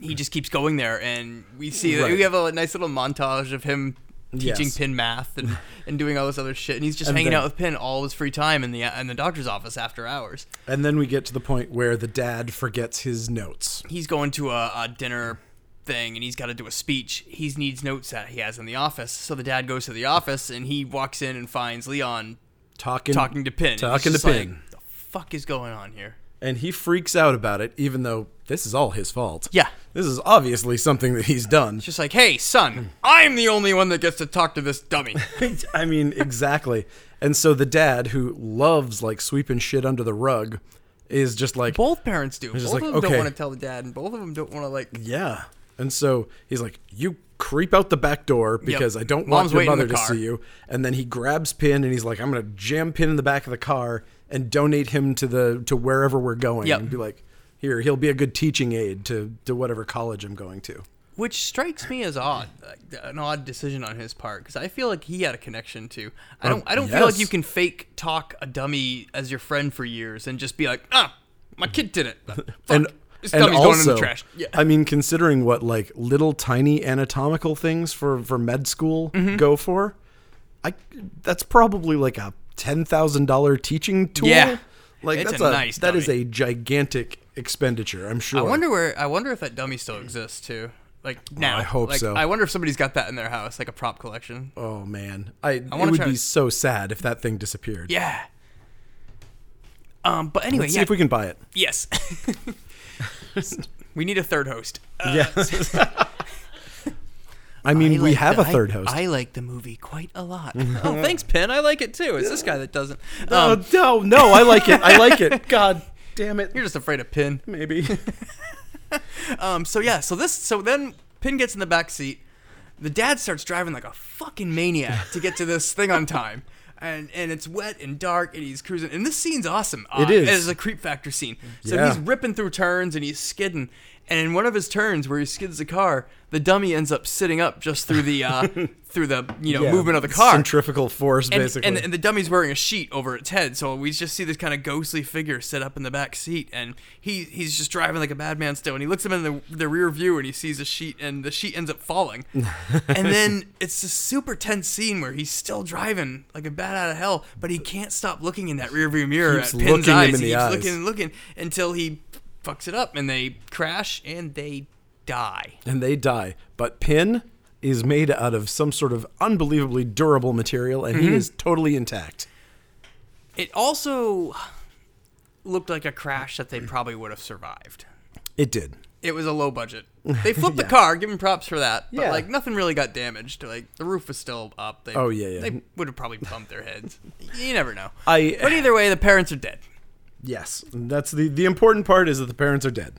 B: he just keeps going there, and we see that
A: Right.
B: we have a nice little montage of him teaching
A: Yes.
B: Penn math and, and doing all this other shit, and he's just
A: And
B: hanging
A: then-
B: out with Penn all his free time in the in the doctor's office after hours.
A: And then we get to the point where the dad forgets his notes.
B: he's going to a, a dinner thing and he's got to do a speech. He needs notes that he has in the office. So the dad goes to the office and he walks in and finds Leon
A: Talking
B: talking to Pin. And he's
A: Talking to
B: just like,
A: Pin.
B: the fuck is going on here?
A: and he freaks out about it even though this is all his fault.
B: Yeah.
A: This is obviously something that he's done.
B: Just like, hey, son, I'm the only one that gets to talk to this dummy.
A: I mean, exactly. And so the dad, who loves like sweeping shit under the rug, is just like,
B: both parents do. Both
A: just like,
B: of them
A: okay.
B: don't want to tell the dad, and both of them don't want to like
A: yeah, And so he's like, "You creep out the back door because I don't want
B: Mom's
A: your
B: waiting in
A: mother
B: the
A: to
B: car."
A: see you." And then he grabs Pin and he's like, "I'm gonna jam Pin in the back of the car and donate him to the to wherever we're going."
B: Yep.
A: And be like, "Here, he'll be a good teaching aid to to whatever college I'm going to."
B: which strikes me as odd, like, an odd decision on his part, because I feel like he had a connection to. I don't. I don't feel like
A: yes.
B: you can fake talk a dummy as your friend for years and just be like, ah, my kid did it. Fuck.
A: and
B: this
A: and
B: dummy's
A: also,
B: going in the trash. Yeah.
A: I mean, considering what like little tiny anatomical things for for med school
B: Mm-hmm.
A: go for, I that's probably like a ten thousand dollar teaching tool.
B: Yeah.
A: like
B: It's
A: that's
B: a
A: a,
B: nice
A: that is
B: dummy.
A: a gigantic expenditure. I'm sure. Oh,
B: I wonder where. I wonder if that dummy still exists too. Like now.
A: I hope
B: like,
A: so.
B: I wonder if somebody's got that in their house, like a prop collection.
A: Oh man, I,
B: wanna
A: it would
B: try
A: be
B: to-
A: so sad if that thing disappeared.
B: Yeah. Um. But anyway,
A: Let's see
B: yeah.
A: if we can buy it.
B: yes. we need a third host. Uh,
A: I mean, we
B: like
A: have
B: the-
A: a third
B: I,
A: host.
B: I like the movie quite a lot. oh, thanks, Penn. I like it too. It's this guy that doesn't. Um,
A: oh no, no, I like it. I like it. God damn it.
B: you're just afraid of Penn.
A: Maybe.
B: Um, so yeah, so this, so then Pin gets in the back seat. The dad starts driving like a fucking maniac to get to this thing on time, and and it's wet and dark, and he's cruising. And this scene's awesome. Uh,
A: It is.
B: It is a creep factor scene. So
A: Yeah.
B: he's ripping through turns and he's skidding. And in one of his turns, where he skids the car, the dummy ends up sitting up just through the uh, through the you know
A: Yeah,
B: movement of the car.
A: Centrifugal force,
B: and,
A: basically.
B: And, and the dummy's wearing a sheet over its head, so we just see this kind of ghostly figure sit up in the back seat, and he he's just driving like a madman still. And he looks him in the, the rear view, and he sees a sheet, and the sheet ends up falling. and then it's a super tense scene where he's still driving like a bat out of hell, but he can't stop looking in that rear view mirror
A: Keeps
B: at Pin's
A: looking him
B: eyes.
A: in
B: he
A: the
B: keeps
A: eyes.
B: looking and looking until he fucks it up, and they crash and they die.
A: and they die. But Pin is made out of some sort of unbelievably durable material, and he is totally intact.
B: It also looked like a crash that they probably would have survived.
A: It did.
B: it was a low budget. They flipped the
A: Yeah.
B: car, give them props for that. But
A: Yeah.
B: like nothing really got damaged. Like the roof was still up. They,
A: Oh, yeah, yeah.
B: They would have probably bumped their heads. you never know.
A: I-
B: but either way, the parents are dead.
A: Yes, that's the the important part is that the parents are dead.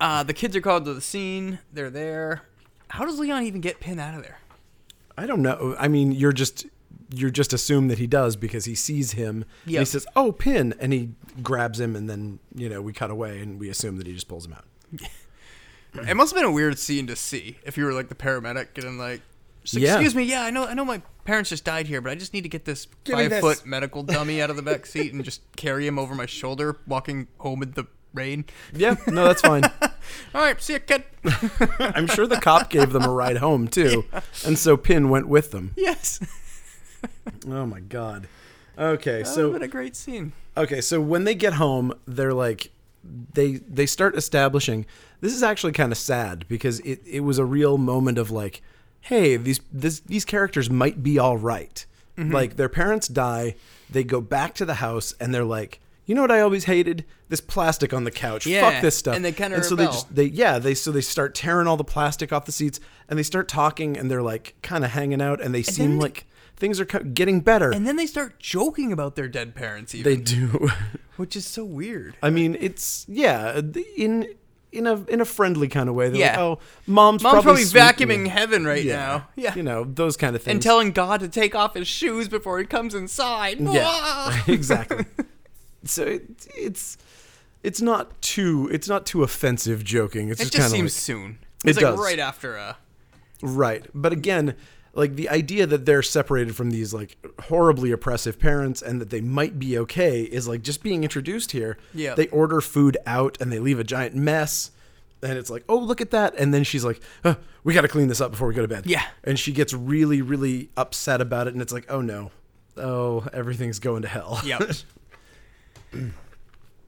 B: Uh, the kids are called to the scene. They're there. How does Leon even get Pin out of there?
A: I don't know. I mean, you're just you're just assume that he does because he sees him. and
B: Yeah.
A: he says, "Oh, Pin," and he grabs him, and then you know we cut away, and we assume that he just pulls him out.
B: It must have been a weird scene to see if you were like the paramedic getting like, just,
A: Yeah.
B: excuse me, yeah, I know, I know, my parents just died here, but I just need to get this
A: me
B: five
A: this."
B: foot medical dummy out of the back seat and just carry him over my shoulder, walking home in the rain.
A: Yeah, no, that's fine.
B: All right, see you, kid.
A: I'm sure the cop gave them a ride home too, and so Pin went with them.
B: yes.
A: Oh my god. Okay,
B: So
A: so
B: what a great scene.
A: Okay, so when they get home, they're like they they start establishing this is actually kind of sad because it, it was a real moment of like, hey, these this, these characters might be all right.
B: Mm-hmm.
A: Like their parents die, they go back to the house and they're like, you know what I always hated? This plastic on the couch.
B: Yeah,
A: Fuck this stuff.
B: and they kinda
A: so they
B: rebel.
A: just they yeah, they so they start tearing all the plastic off the seats and they start talking and they're like kind of hanging out and they seem
B: then-
A: like things are co- getting better.
B: And then they start joking about their dead parents, even,
A: they do.
B: which is so weird.
A: I mean, it's yeah, th- in in a in a friendly kind of way. They're like,
B: Yeah.
A: oh, mom's,
B: Mom's probably,
A: sweet-
B: vacuuming heaven right now. Yeah.
A: you know those kind of things.
B: and telling God to take off his shoes before he comes inside.
A: yeah,
B: Ah!
A: exactly. So it, it's it's not too it's not too offensive joking. It's
B: It
A: just, kind
B: just
A: of
B: seems
A: like,
B: soon.
A: It
B: It's like
A: does.
B: right after uh
A: Right. But again, like the idea that they're separated from these like horribly oppressive parents and that they might be okay is like just being introduced here.
B: Yeah.
A: They order food out and they leave a giant mess. And it's like, oh, look at that. And then she's like, "Huh, we got to clean this up before we go to bed.
B: Yeah.
A: And she gets really, really upset about it. And it's like, oh, no. Oh, everything's going to hell.
B: Yep.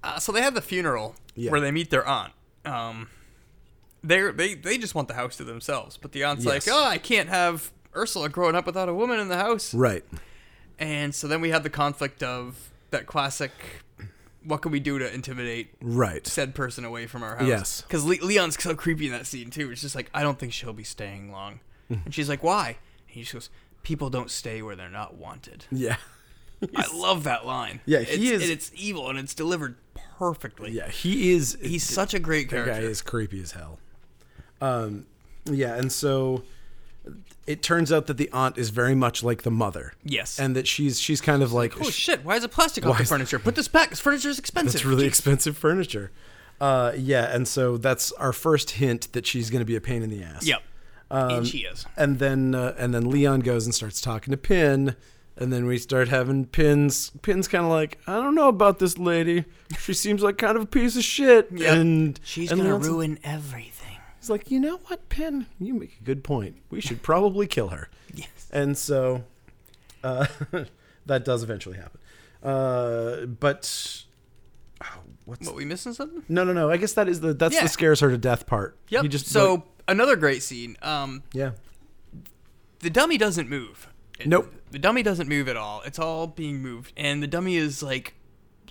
B: uh, so they have the funeral
A: Yeah.
B: where they meet their aunt. Um, they they they just want the house to themselves, but the aunt's
A: Yes.
B: like, "Oh, I can't have Ursula growing up without a woman in the house."
A: right.
B: And so then we have the conflict of that classic what can we do to intimidate
A: Right.
B: said person away from our house?
A: Yes.
B: Because Le- Leon's so creepy in that scene, too. It's just like, I don't think she'll be staying long.
A: Mm-hmm.
B: and she's like, why? And he just goes, people don't stay where they're not wanted.
A: Yeah.
B: I love that line.
A: Yeah,
B: it's,
A: he is-
B: And it's evil, and it's delivered perfectly.
A: Yeah. He is.
B: He's such a great
A: That guy
B: character.
A: is creepy as hell. Um, yeah, and so it turns out that the aunt is very much like the mother.
B: Yes.
A: and that she's she's kind of like
B: Oh shit! Why is it plastic off the
A: is-
B: furniture? Put this back. This furniture is expensive.
A: That's really expensive furniture. Uh, yeah, and so that's our first hint that she's going to be a pain in the ass.
B: Yep.
A: Um,
B: and she is.
A: And then uh, and then Leon goes and starts talking to Pin, and then we start having Pin's Pin's kind of like I don't know about this lady. She seems like kind of a piece of shit.
B: Yep.
A: And and Leon's-
B: ruin everything.
A: He's like, you know what, Pin? You make a good point. We should probably kill her. Yes. And so uh, that does eventually happen. Uh, but oh, what's
B: What we missing something?
A: no, no, no. I guess that is the that's
B: Yeah.
A: the scares her to death part.
B: Yep.
A: You just
B: so
A: like-
B: another great scene. Um,
A: yeah,
B: the dummy doesn't move. It-
A: Nope.
B: The dummy doesn't move at all. It's all being moved, and the dummy is like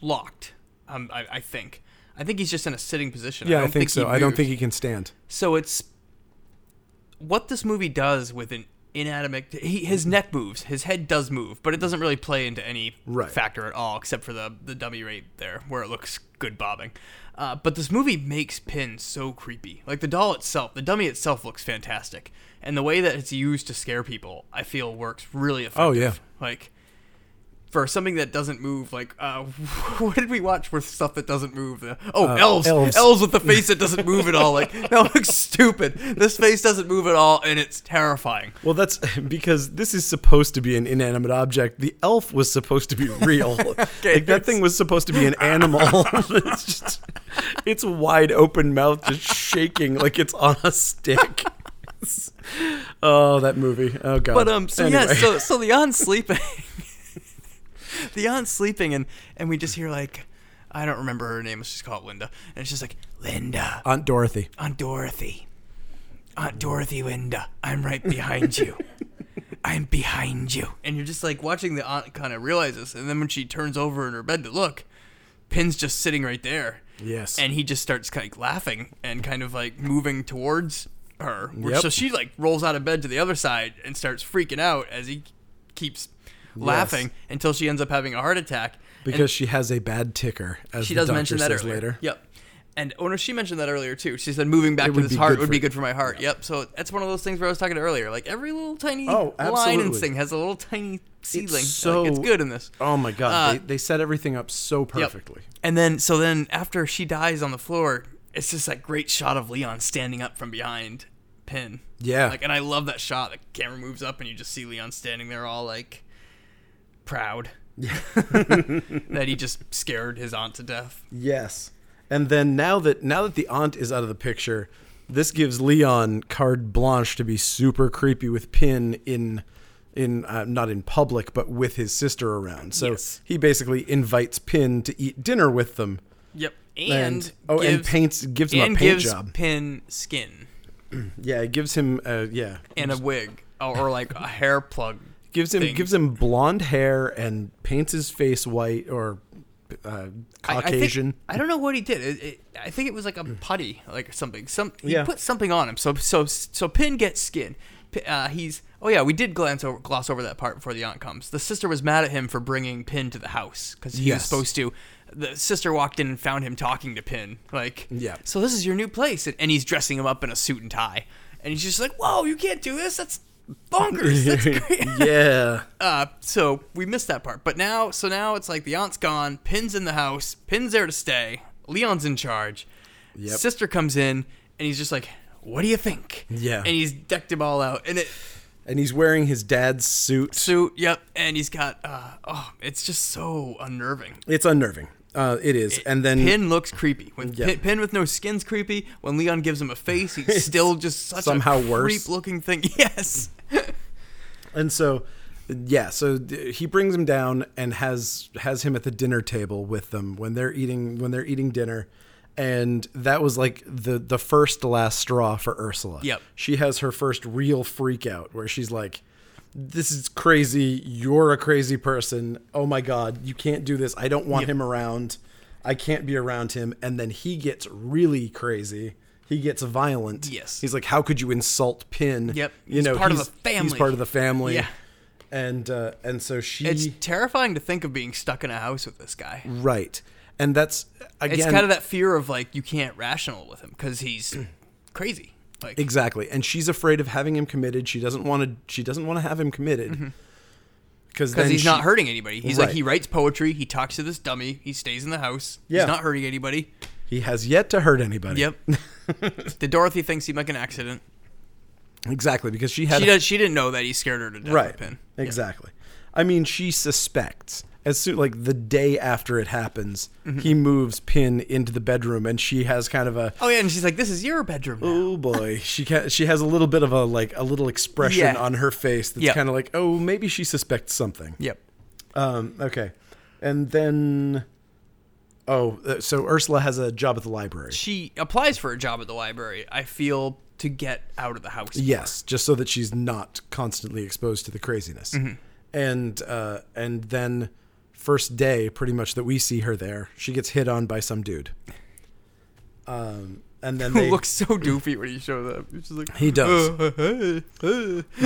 B: locked. Um, I, I think. I think he's just in a sitting position.
A: yeah. I,
B: don't
A: think, so.
B: he
A: I don't
B: moves.
A: think he can stand.
B: So it's what this movie does with an inanimate. He, his neck moves. His head does move, but it doesn't really play into any
A: Right.
B: factor at all, except for the the dummy right there where it looks good bobbing. Uh, but this movie makes Pin so creepy. Like the doll itself, the dummy itself looks fantastic, and the way that it's used to scare people, I feel works really effective.
A: Oh, yeah.
B: like. For something that doesn't move, like uh, what did we watch with stuff that doesn't move? The, oh, elves,
A: Uh, elves.
B: elves with the face that doesn't move at all. Like that looks stupid. This face doesn't move at all, and it's terrifying.
A: Well, that's because this is supposed to be an inanimate object. The elf was supposed to be real. like that thing was supposed to be an animal. it's just its wide open mouth just shaking like it's on a stick. oh, that movie. Oh god.
B: But um, so yeah,
A: Anyway.
B: so so the aunt's sleeping. the aunt's sleeping, and and we just hear like, I don't remember her name. Let's just call it Linda. And it's just like Linda,
A: Aunt Dorothy.
B: Aunt Dorothy, Aunt Dorothy, Linda. I'm right behind you. I'm behind you. And you're just like watching the aunt kind of realize this, and then when she turns over in her bed to look, Pin's just sitting right there.
A: Yes.
B: and he just starts kind of laughing and kind of like moving towards her. Where-
A: Yep.
B: So she like rolls out of bed to the other side and starts freaking out as he keeps laughing until she ends up having a heart attack. And
A: because she has a bad ticker as
B: she
A: the
B: does
A: doctor
B: mention that
A: says
B: earlier.
A: later.
B: Yep. And oh no, she mentioned that earlier too. She said moving back to
A: would
B: this
A: be
B: heart
A: good
B: would
A: for
B: be
A: you.
B: good for my heart. Yep. So that's one of those things where I was talking to earlier. Like every little tiny
A: Oh,
B: line and
A: absolutely.
B: thing has a little tiny seedling. Like,
A: so-
B: it's good in this.
A: Oh my god,
B: Uh,
A: they, they set everything up so
B: Yep.
A: perfectly.
B: And then so then after she dies on the floor, it's just that great shot of Leon standing up from behind Pin.
A: Yeah.
B: Like and I love that shot. The camera moves up and you just see Leon standing there all like proud. that he just scared his aunt to death.
A: Yes. And then now that now that the aunt is out of the picture, this gives Leon carte blanche to be super creepy with Pin in in uh, not in public but with his sister around. So
B: Yes.
A: he basically invites Pin to eat dinner with them.
B: Yep. And,
A: And, oh, and
B: gives,
A: paints gives him
B: and
A: a paint
B: gives
A: job.
B: Pin skin
A: Yeah, it gives him uh, yeah
B: and a wig or, or like a hair plug.
A: gives him
B: thing.
A: gives him blonde hair and paints his face white or uh,
B: I- I think-
A: Caucasian. Mm.
B: I, don't know what he did. It, it, I think it was like a putty, like something. Some he
A: Yeah.
B: put something on him. So so so Pin gets skin. P- Uh, he's oh yeah, we did glance over gloss over that part before the aunt comes. The sister was mad at him for bringing Pin to the house because he was
A: Yes.
B: supposed to. The sister walked in and found him talking to Pin. Like
A: Yeah.
B: so this is your new place, and, and he's dressing him up in a suit and tie, and he's just like, whoa, you can't do this. That's bonkers. That's crazy.
A: yeah.
B: Uh, so we missed that part. But now, so now it's like the aunt's gone, Pin's in the house, Pin's there to stay, Leon's in charge.
A: Yep.
B: Sister comes in, and he's just like, "What do you think?"
A: Yeah.
B: And he's decked him all out, and it
A: And he's wearing his dad's suit.
B: suit. Yep. And he's got. Uh, oh, it's just so unnerving.
A: It's unnerving. Uh, it is. and then
B: Pin looks creepy. When
A: Yeah.
B: Pin, Pin with no skin's creepy. When Leon gives him a face, he's still just such
A: Somehow
B: a
A: worse.
B: creep-looking thing. Yes.
A: and so yeah, so d- he brings him down and has has him at the dinner table with them when they're eating when they're eating dinner. And that was like the the first last straw for Ursula.
B: Yep.
A: She has her first real freak out where she's like this is crazy. You're a crazy person. Oh my god, you can't do this. I don't want him around. I can't be around him. And then he gets really crazy. He gets violent.
B: Yes.
A: He's like, how could you insult Pin?
B: Yep.
A: You
B: He's
A: know,
B: part of
A: he's-
B: the
A: He's
B: family.
A: part of the family.
B: Yeah.
A: And uh, and so she
B: It's terrifying to think of being stuck in a house with this guy.
A: right, and that's again
B: It's kind of that fear of like you can't rational with him because he's crazy. Like,
A: Exactly. And she's afraid of having him committed. She doesn't want to. She doesn't want to have him committed because
B: because Mm-hmm. he's not hurting anybody. He's like
A: Right.
B: he writes poetry, he talks to this dummy, he stays in the house.
A: Yeah.
B: He's not hurting anybody.
A: He has yet to hurt anybody.
B: Yep. the Dorothy thing seemed like an accident.
A: Exactly because she had
B: She does. She didn't know that he scared her to death.
A: right
B: With Pin.
A: exactly. I mean, she suspects as soon like the day after it happens,
B: Mm-hmm.
A: he moves Pin into the bedroom, and she has kind of a
B: Oh yeah, and she's like, "This is your bedroom." now."
A: oh boy she ca she has a little bit of a like a little expression
B: Yeah.
A: on her face that's
B: Yeah.
A: kind of like oh maybe she suspects something
B: Yep.
A: um okay and then oh uh, so ursula has a job at the library
B: She applies for a job at the library. I feel to get out of the house.
A: yes just so that she's not constantly exposed to the craziness
B: Mm-hmm.
A: and uh and then first day pretty much that we see her there she gets hit on by some dude um and then
B: Who
A: they
B: looks so doofy when he shows up. He's just like
A: He does.
B: "Uh, hey,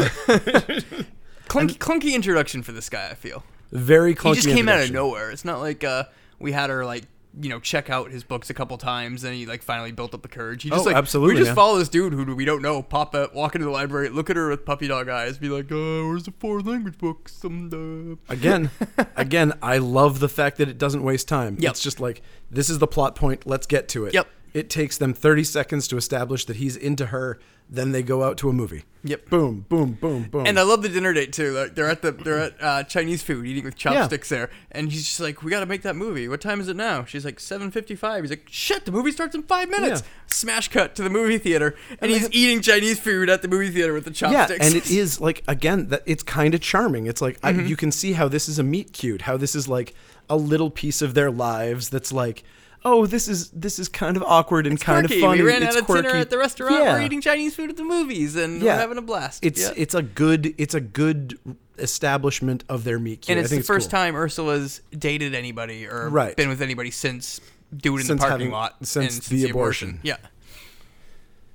B: hey." clunky, clunky introduction for this guy. I feel
A: very clunky
B: he just came out of
A: introduction.
B: nowhere. It's not like uh, we had her like you know check out his books a couple times, and he like finally built up the courage. He just
A: Oh,
B: like
A: absolutely,
B: We just
A: yeah.
B: follow this dude who we don't know. Pop up, walk into the library, look at her with puppy dog eyes, be like, uh, "Where's the foreign language books?" Some uh,
A: Again, again, I love the fact that it doesn't waste time.
B: Yep.
A: It's just like this is the plot point. Let's get to it.
B: Yep.
A: It takes them 30 seconds to establish that he's into her. Then they go out to a movie.
B: Yep.
A: Boom, boom, boom, boom.
B: And I love the dinner date too. Like they're at the they're at uh, Chinese food eating with chopsticks there, and he's just like, "We got to make that movie. What time is it now?" She's like, 7.55. He's like, "Shit, the movie starts in five minutes."
A: Yeah.
B: Smash cut to the movie theater, and, he's eating Chinese food at the movie theater with the
A: yeah,
B: chopsticks. Mm-hmm.
A: and it is like again that it's kind of charming. It's like I, you can see how this is a meet cute, how this is like a little piece of their lives that's like, oh, this is this is kind of awkward and kind
B: quirky.
A: of funny.
B: We ran
A: it's
B: out of
A: quirky.
B: dinner at the restaurant.
A: Yeah.
B: We're eating Chinese food at the movies, and
A: Yeah.
B: we're having a blast.
A: It's
B: Yeah.
A: it's a good it's a good establishment of their meet cute.
B: and
A: I
B: it's the
A: think
B: first
A: cool.
B: time Ursula's dated anybody or
A: Right.
B: been with anybody since doing in the
A: Since
B: parking
A: having-
B: lot and
A: since the abortion.
B: Yeah.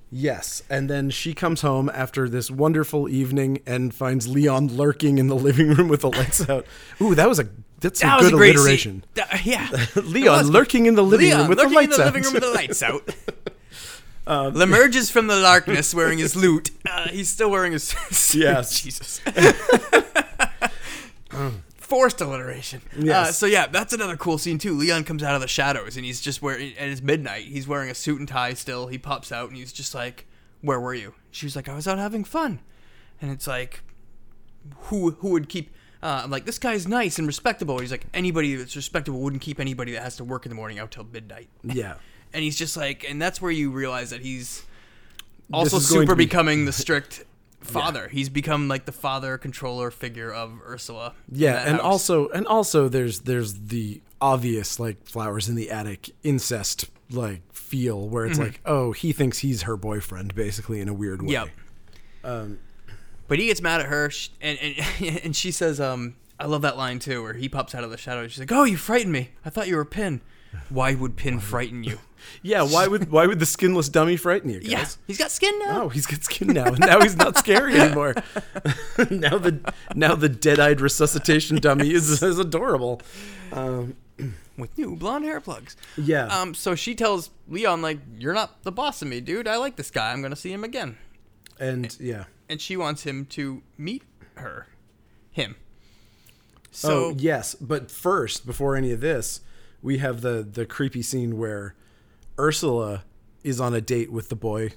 A: Yes, and then she comes home after this wonderful evening and finds Leon lurking in the living room with the lights out. Ooh, that was a that's some
B: That was
A: good
B: a great
A: alliteration.
B: scene. That- yeah. It
A: Leon
B: was.
A: lurking in the living
B: Leon
A: room with the
B: lurking
A: lights
B: in the
A: out.
B: living room with the lights out. Um, Lemerges from the darkness wearing his lute. Uh, he's still wearing his suit.
A: Yes.
B: Jesus. Forced alliteration. Uh,
A: Yes.
B: so yeah, that's another cool scene too. Leon comes out of the shadows and he's just wearing. And it's midnight. He's wearing a suit and tie still. He pops out and he's just like, "Where were you?" She was like, "I was out having fun," and it's like, who who would keep uh, I'm like this guy's nice and respectable. He's like anybody that's respectable wouldn't keep anybody that has to work in the morning out till midnight.
A: yeah.
B: And he's just like, and that's where you realize that he's also
A: is going
B: super
A: to be-
B: becoming the strict father. He's become like the father controller figure of Ursula. in
A: Yeah,
B: that
A: and
B: house.
A: also and also there's there's the obvious like flowers in the attic incest like feel where it's like, oh, he thinks he's her boyfriend basically in a weird way.
B: Mm-hmm. Yep.
A: um,
B: but he gets mad at her, sh- and and and she says, um, "I love that line too," where he pops out of the shadow. She's like, "Oh, you frightened me. I thought you were Pin. Why would Pin frighten you?"
A: Yeah, why would why would the skinless dummy frighten you guys?
B: yeah, he's got skin now.
A: Oh, he's got skin now. Now he's not scary anymore. now the now the dead-eyed resuscitation dummy is, is adorable.
B: with new blonde hair plugs.
A: Yeah.
B: Um. So she tells Leon, like, "You're not the boss of me, dude. I like this guy. I'm gonna see him again."
A: And yeah.
B: And she wants him to meet her, him. So
A: oh yes, but first, before any of this, we have the the creepy scene where Ursula is on a date with the boy,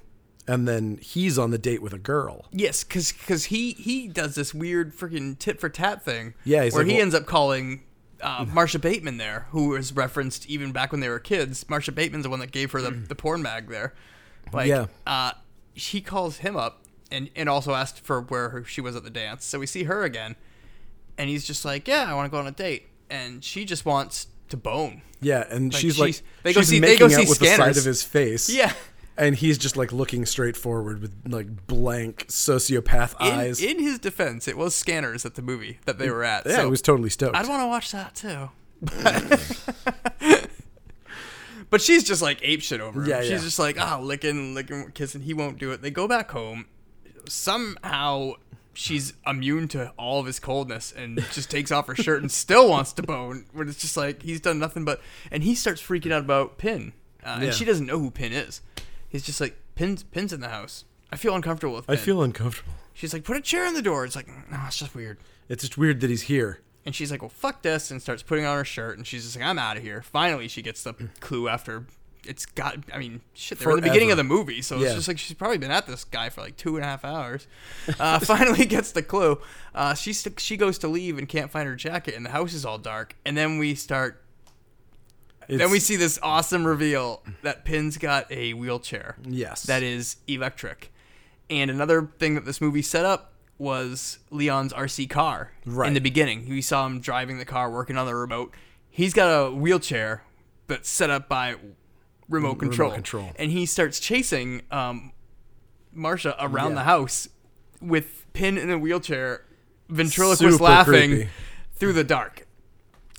A: and then he's on the date with a girl.
B: yes, because he he does this weird freaking tit for tat thing.
A: Yeah, he's
B: where
A: like,
B: he
A: well-
B: ends up calling. Uh, Marsha Bateman there, who was referenced even back when they were kids. Marsha Bateman's the one that gave her the, the porn bag there. Like,
A: Mm. Yeah.
B: uh, she calls him up and, and also asked for where her, she was at the dance. So we see her again. and he's just like, "Yeah, I want to go on a date," and she just wants to bone.
A: Yeah, and she's like
B: she's- they go
A: she's
B: see- they go
A: making out
B: see
A: with the side
B: scanners.
A: of his face.
B: Yeah.
A: And he's just like looking straight forward with like blank sociopath
B: In,
A: eyes.
B: in his defense, it was Scanners at the movie that they were at.
A: yeah,
B: so
A: it was totally stoked.
B: I'd want to watch that too. but she's just like ape shit over him.
A: Yeah,
B: she's
A: yeah.
B: just like, ah, licking, licking, kissing. He won't do it. They go back home. Somehow she's immune to all of his coldness and just takes off her shirt and still wants to bone. But it's just like he's done nothing but, and he starts freaking out about Pin, uh,
A: Yeah.
B: and she doesn't know who Pin is. He's just like Pin's Pin's in the house. I feel uncomfortable with
A: I
B: Ben.
A: feel uncomfortable.
B: She's like, put a chair in the door. It's like, no, it's just weird.
A: It's just weird that he's here.
B: And she's like, well, fuck this, and starts putting on her shirt. And she's just like, I'm out of here. Finally, she gets the clue after it's got. I mean, shit, they're in the beginning of the
A: Forever.
B: movie, so
A: Yeah.
B: it's just like she's probably been at this guy for like two and a half hours. Uh, finally, gets the clue. Uh, she st- she goes to leave and can't find her jacket, and the house is all dark. And then we start.
A: It's,
B: then we see this awesome reveal that Pin's got a wheelchair.
A: Yes.
B: That is electric. And another thing that this movie set up was Leon's RC car.
A: Right.
B: In the beginning, we saw him driving the car, working on the remote. He's got a wheelchair that's set up by remote control.
A: control.
B: And he starts chasing um, Marsha around
A: Yeah.
B: the house with Pin in a wheelchair, ventriloquist
A: Super
B: laughing
A: creepy.
B: through the dark.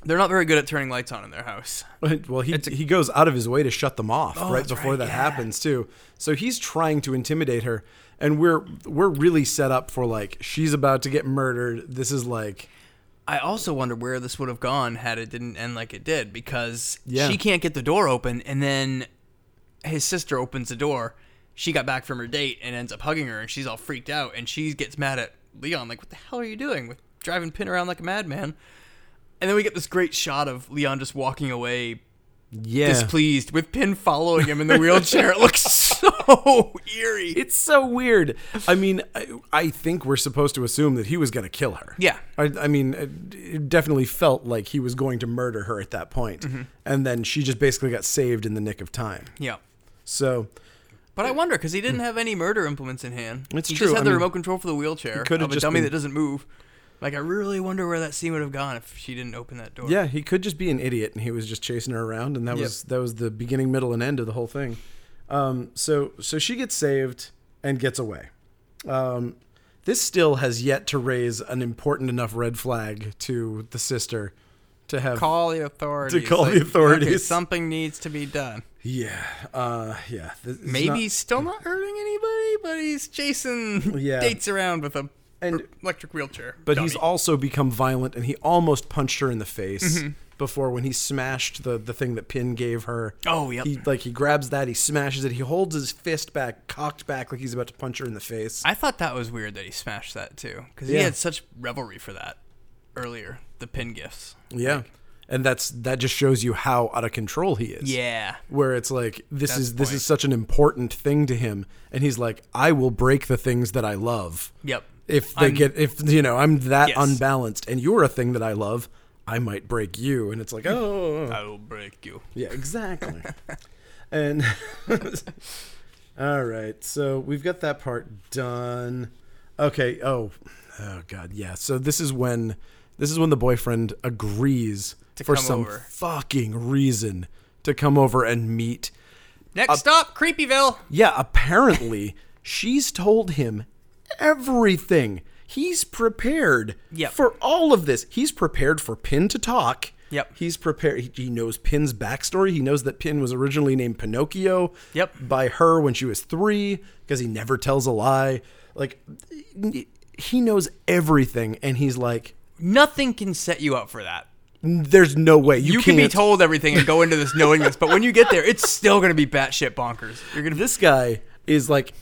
B: They're not very good at turning lights on in their house.
A: Well, he he goes out of his way to shut them off right
B: Oh, that's
A: before
B: right,
A: that
B: yeah.
A: happens too. So he's trying to intimidate her, and we're we're really set up for like she's about to get murdered. This is like
B: I also wonder where this would have gone had it didn't end like it did because
A: Yeah.
B: she can't get the door open and then his sister opens the door. She got back from her date and ends up hugging her and she's all freaked out and she gets mad at Leon like what the hell are you doing with driving pin around like a madman? And then we get this great shot of Leon just walking away
A: yeah,
B: displeased with Pin following him in the wheelchair. it looks so eerie.
A: It's so weird. I mean, I, I think we're supposed to assume that he was going to kill her.
B: Yeah.
A: I, I mean, it, it definitely felt like he was going to murder her at that point.
B: Mm-hmm.
A: And then she just basically got saved in the nick of time.
B: yeah.
A: So
B: But I wonder because he didn't have any murder implements in hand.
A: Hmm. It's
B: he
A: true,
B: just had
A: I
B: the
A: mean,
B: remote control for the wheelchair
A: could have
B: of a
A: just
B: dummy
A: been-
B: that doesn't move. Like I really wonder where that scene would have gone if she didn't open that door.
A: yeah, he could just be an idiot, and he was just chasing her around, and that
B: Yep.
A: was that was the beginning, middle, and end of the whole thing. Um, so so she gets saved and gets away. Um, this still has yet to raise an important enough red flag to the sister to have
B: Call the authorities.
A: To call the
B: Okay,
A: authorities.
B: something needs to be done.
A: Yeah, uh, yeah. This is
B: Maybe
A: not-
B: he's still not hurting anybody, but he's chasing
A: Yeah.
B: dates around with a er,
A: And-
B: electric wheelchair.
A: but
B: dummy.
A: he's also become violent, and he almost punched her in the face
B: Mm-hmm.
A: before when he smashed the the thing that Pin gave her.
B: Oh, yep.
A: He like he grabs that, he smashes it, he holds his fist back, cocked back, like he's about to punch her in the face.
B: I thought that was weird that he smashed that too because
A: Yeah.
B: he had such revelry for that earlier. The pin gifts.
A: yeah, and that's that just shows you how out of control he is.
B: Yeah.
A: Where it's like this
B: That's
A: is
B: the
A: this
B: point.
A: is such an important thing to him, and he's like, I will break the things that I love.
B: Yep.
A: if they
B: I'm-
A: get if you know I'm that
B: Yes.
A: unbalanced and you're a thing that I love, I might break you and it's like oh
B: I will break you.
A: yeah exactly and all right so we've got that part done okay oh oh god yeah so this is when this is when the boyfriend agrees for
B: come
A: some
B: over.
A: fucking reason to come over and meet
B: Next stop, Creepyville.
A: yeah, apparently she's told him everything. He's prepared
B: Yep.
A: for all of this. He's prepared for Pin to talk.
B: Yep.
A: He's prepared. He, he knows Pin's backstory. He knows that Pin was originally named Pinocchio
B: Yep.
A: by her when she was three because he never tells a lie. Like, he knows everything. And he's like,
B: Nothing can set you up for that.
A: there's no way. You,
B: You, can be
A: can't."
B: told everything and go into this knowing this, but when you get there, it's still going to be batshit bonkers. You're going to
A: this guy is like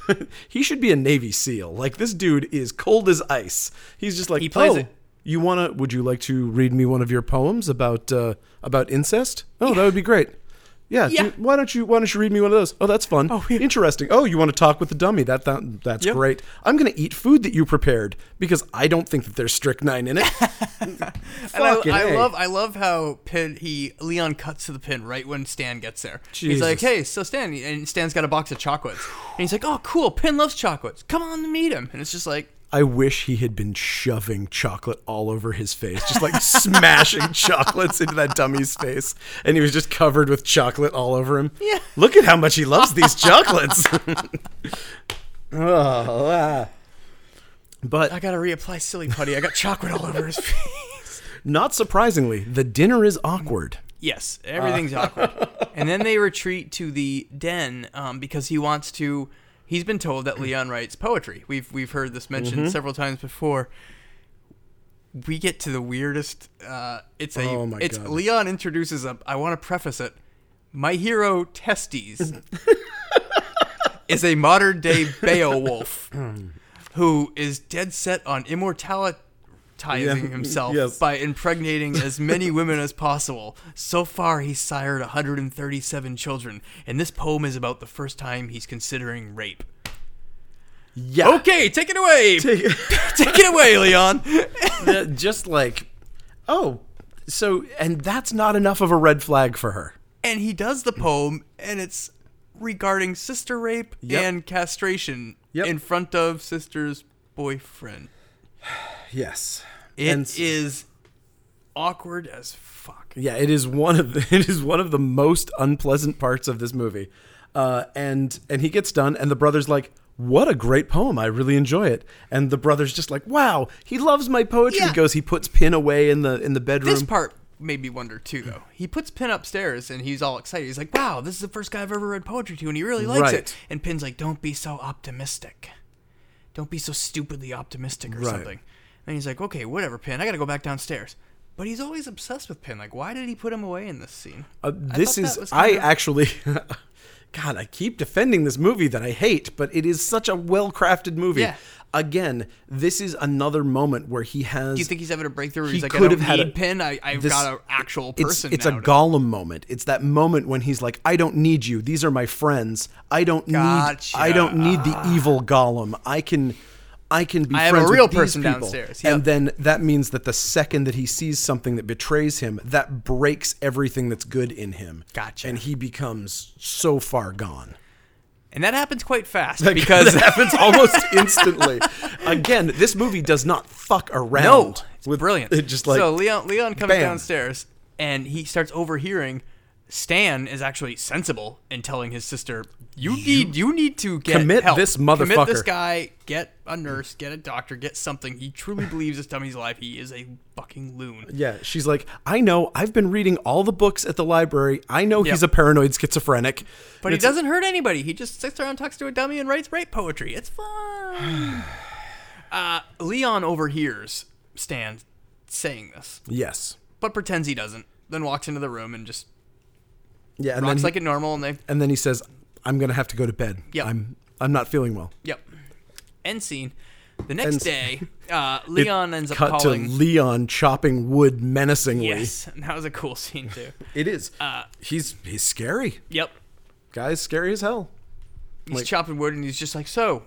A: he should be a navy seal like this dude is cold as ice he's just like
B: He plays
A: oh
B: it-
A: you want to would you like to read me one of your poems about uh, about incest oh that would be great yeah, do-
B: Yeah.
A: why don't you why don't you read me one of those oh that's fun oh interesting oh you want to talk with the dummy that, that that's
B: Yep.
A: great i'm gonna eat food that you prepared because i don't think that there's strychnine in it
B: and I,
A: Fucking
B: I
A: A.
B: love I love how Pin he Leon cuts to the pin right when Stan gets there. He's
A: Jesus.
B: like, "Hey, so Stan," and Stan's got a box of chocolates, and he's like, "Oh, cool! Pin loves chocolates. Come on to meet him." And it's just like,
A: I wish he had been shoving chocolate all over his face, just like smashing chocolates into that dummy's face. And he was just covered with chocolate all over him.
B: Yeah.
A: Look at how much he loves these chocolates. oh, ah.
B: "I
A: But
B: gotta reapply silly putty. I got chocolate all over his face."
A: not surprisingly, the dinner is awkward.
B: Yes, everything's
A: Uh.
B: awkward. And then they retreat to the den um, because he wants to. He's been told that Leon writes poetry. We've we've heard this mentioned
A: Mm-hmm.
B: several times before. We get to the weirdest. Uh, it's a.
A: Oh my
B: it's
A: God.
B: Leon introduces a. I want to preface it. My hero testes. is a modern day Beowulf who is dead set on immortalitizing
A: Yeah,
B: himself
A: yes.
B: by impregnating as many women as possible. So far, he's sired 137 children, and this poem is about the first time he's considering rape.
A: Yeah.
B: Okay, take it away. Take,
A: Okay.
B: it away, Leon.
A: that- just like, oh, so and that's not enough of a red flag for her.
B: and he does the poem, and it's regarding sister rape
A: Yep.
B: and castration
A: Yep.
B: in front of sister's boyfriend.
A: Yes.
B: It is
A: And s-
B: awkward as fuck.
A: Yeah, it is one of the, it is one of the most unpleasant parts of this movie. Uh, and and he gets done, and the brother's like, "What a great poem! I really enjoy it." And the brother's just like, "Wow, he loves my poetry."
B: Yeah.
A: He goes, he puts pin away in the in the bedroom.
B: This part made me wonder too, though. He puts Pin upstairs, and he's all excited. He's like, "Wow, this is the first guy I've ever read poetry to, and he really likes
A: Right.
B: it." And Pin's like, "Don't be so optimistic. Don't be so stupidly optimistic, or
A: Right.
B: something." And he's like, "Okay, whatever, Pin. I gotta go back downstairs." But he's always obsessed with Pin. Like, why did he put him away in this scene?
A: Uh,
B: I
A: this
B: thought that
A: is
B: was
A: I
B: kinda-
A: actually God, I keep defending this movie that I hate, but it is such a well-crafted movie.
B: Yeah.
A: Again, this is another moment where he has
B: Do you think he's having a breakthrough? Where
A: he
B: he's like,
A: could
B: I don't
A: have had a-
B: need Pin. I, I've
A: this-
B: got an actual
A: it's,
B: person.
A: it's
B: now
A: a
B: to-"
A: Gollum moment. It's that moment when he's like, "I don't need you. These are my friends. I don't
B: Gotcha.
A: need. I don't need the evil Gollum. I can, I can be.
B: I have a
A: friends with
B: real
A: these
B: person
A: people."
B: downstairs.
A: And
B: Yep.
A: then that means that the second that he sees something that betrays him, that breaks everything that's good in him.
B: Gotcha.
A: And he becomes so far gone.
B: and that happens quite fast because
A: it happens almost instantly. Again, this movie does not fuck around.
B: No, it's
A: with-
B: brilliant.
A: It just like
B: so Leon Leon comes
A: bam.
B: downstairs and he starts overhearing. Stan is actually sensible in telling his sister, "You need you need to get
A: Commit
B: help.
A: this
B: Commit this
A: motherfucker."
B: guy. Get a nurse. Get a doctor. Get something. He truly believes this dummy's alive. He is a fucking loon."
A: Yeah, she's like, I know. I've been reading all the books at the library. I know
B: Yep.
A: he's a paranoid schizophrenic.
B: But he
A: It's-
B: doesn't hurt anybody. He just sits around, talks to a dummy, and writes rape poetry. It's fun. uh, Leon overhears Stan saying this,
A: Yes.
B: but pretends he doesn't. Then walks into the room and just
A: Yeah, and
B: rocks
A: then
B: like a normal, and they
A: and then he says, "I'm gonna have to go to bed.
B: Yep.
A: I'm I'm not feeling well."
B: Yep. End scene. The next
A: End
B: day,
A: scene.
B: uh, Leon ends up
A: Cut
B: calling.
A: to Leon chopping wood menacingly.
B: yes, Uh, and that was a cool scene too.
A: It is. he's he's scary.
B: Yep.
A: Guy's scary as hell.
B: He's
A: Like-
B: chopping wood, and he's just like, "So,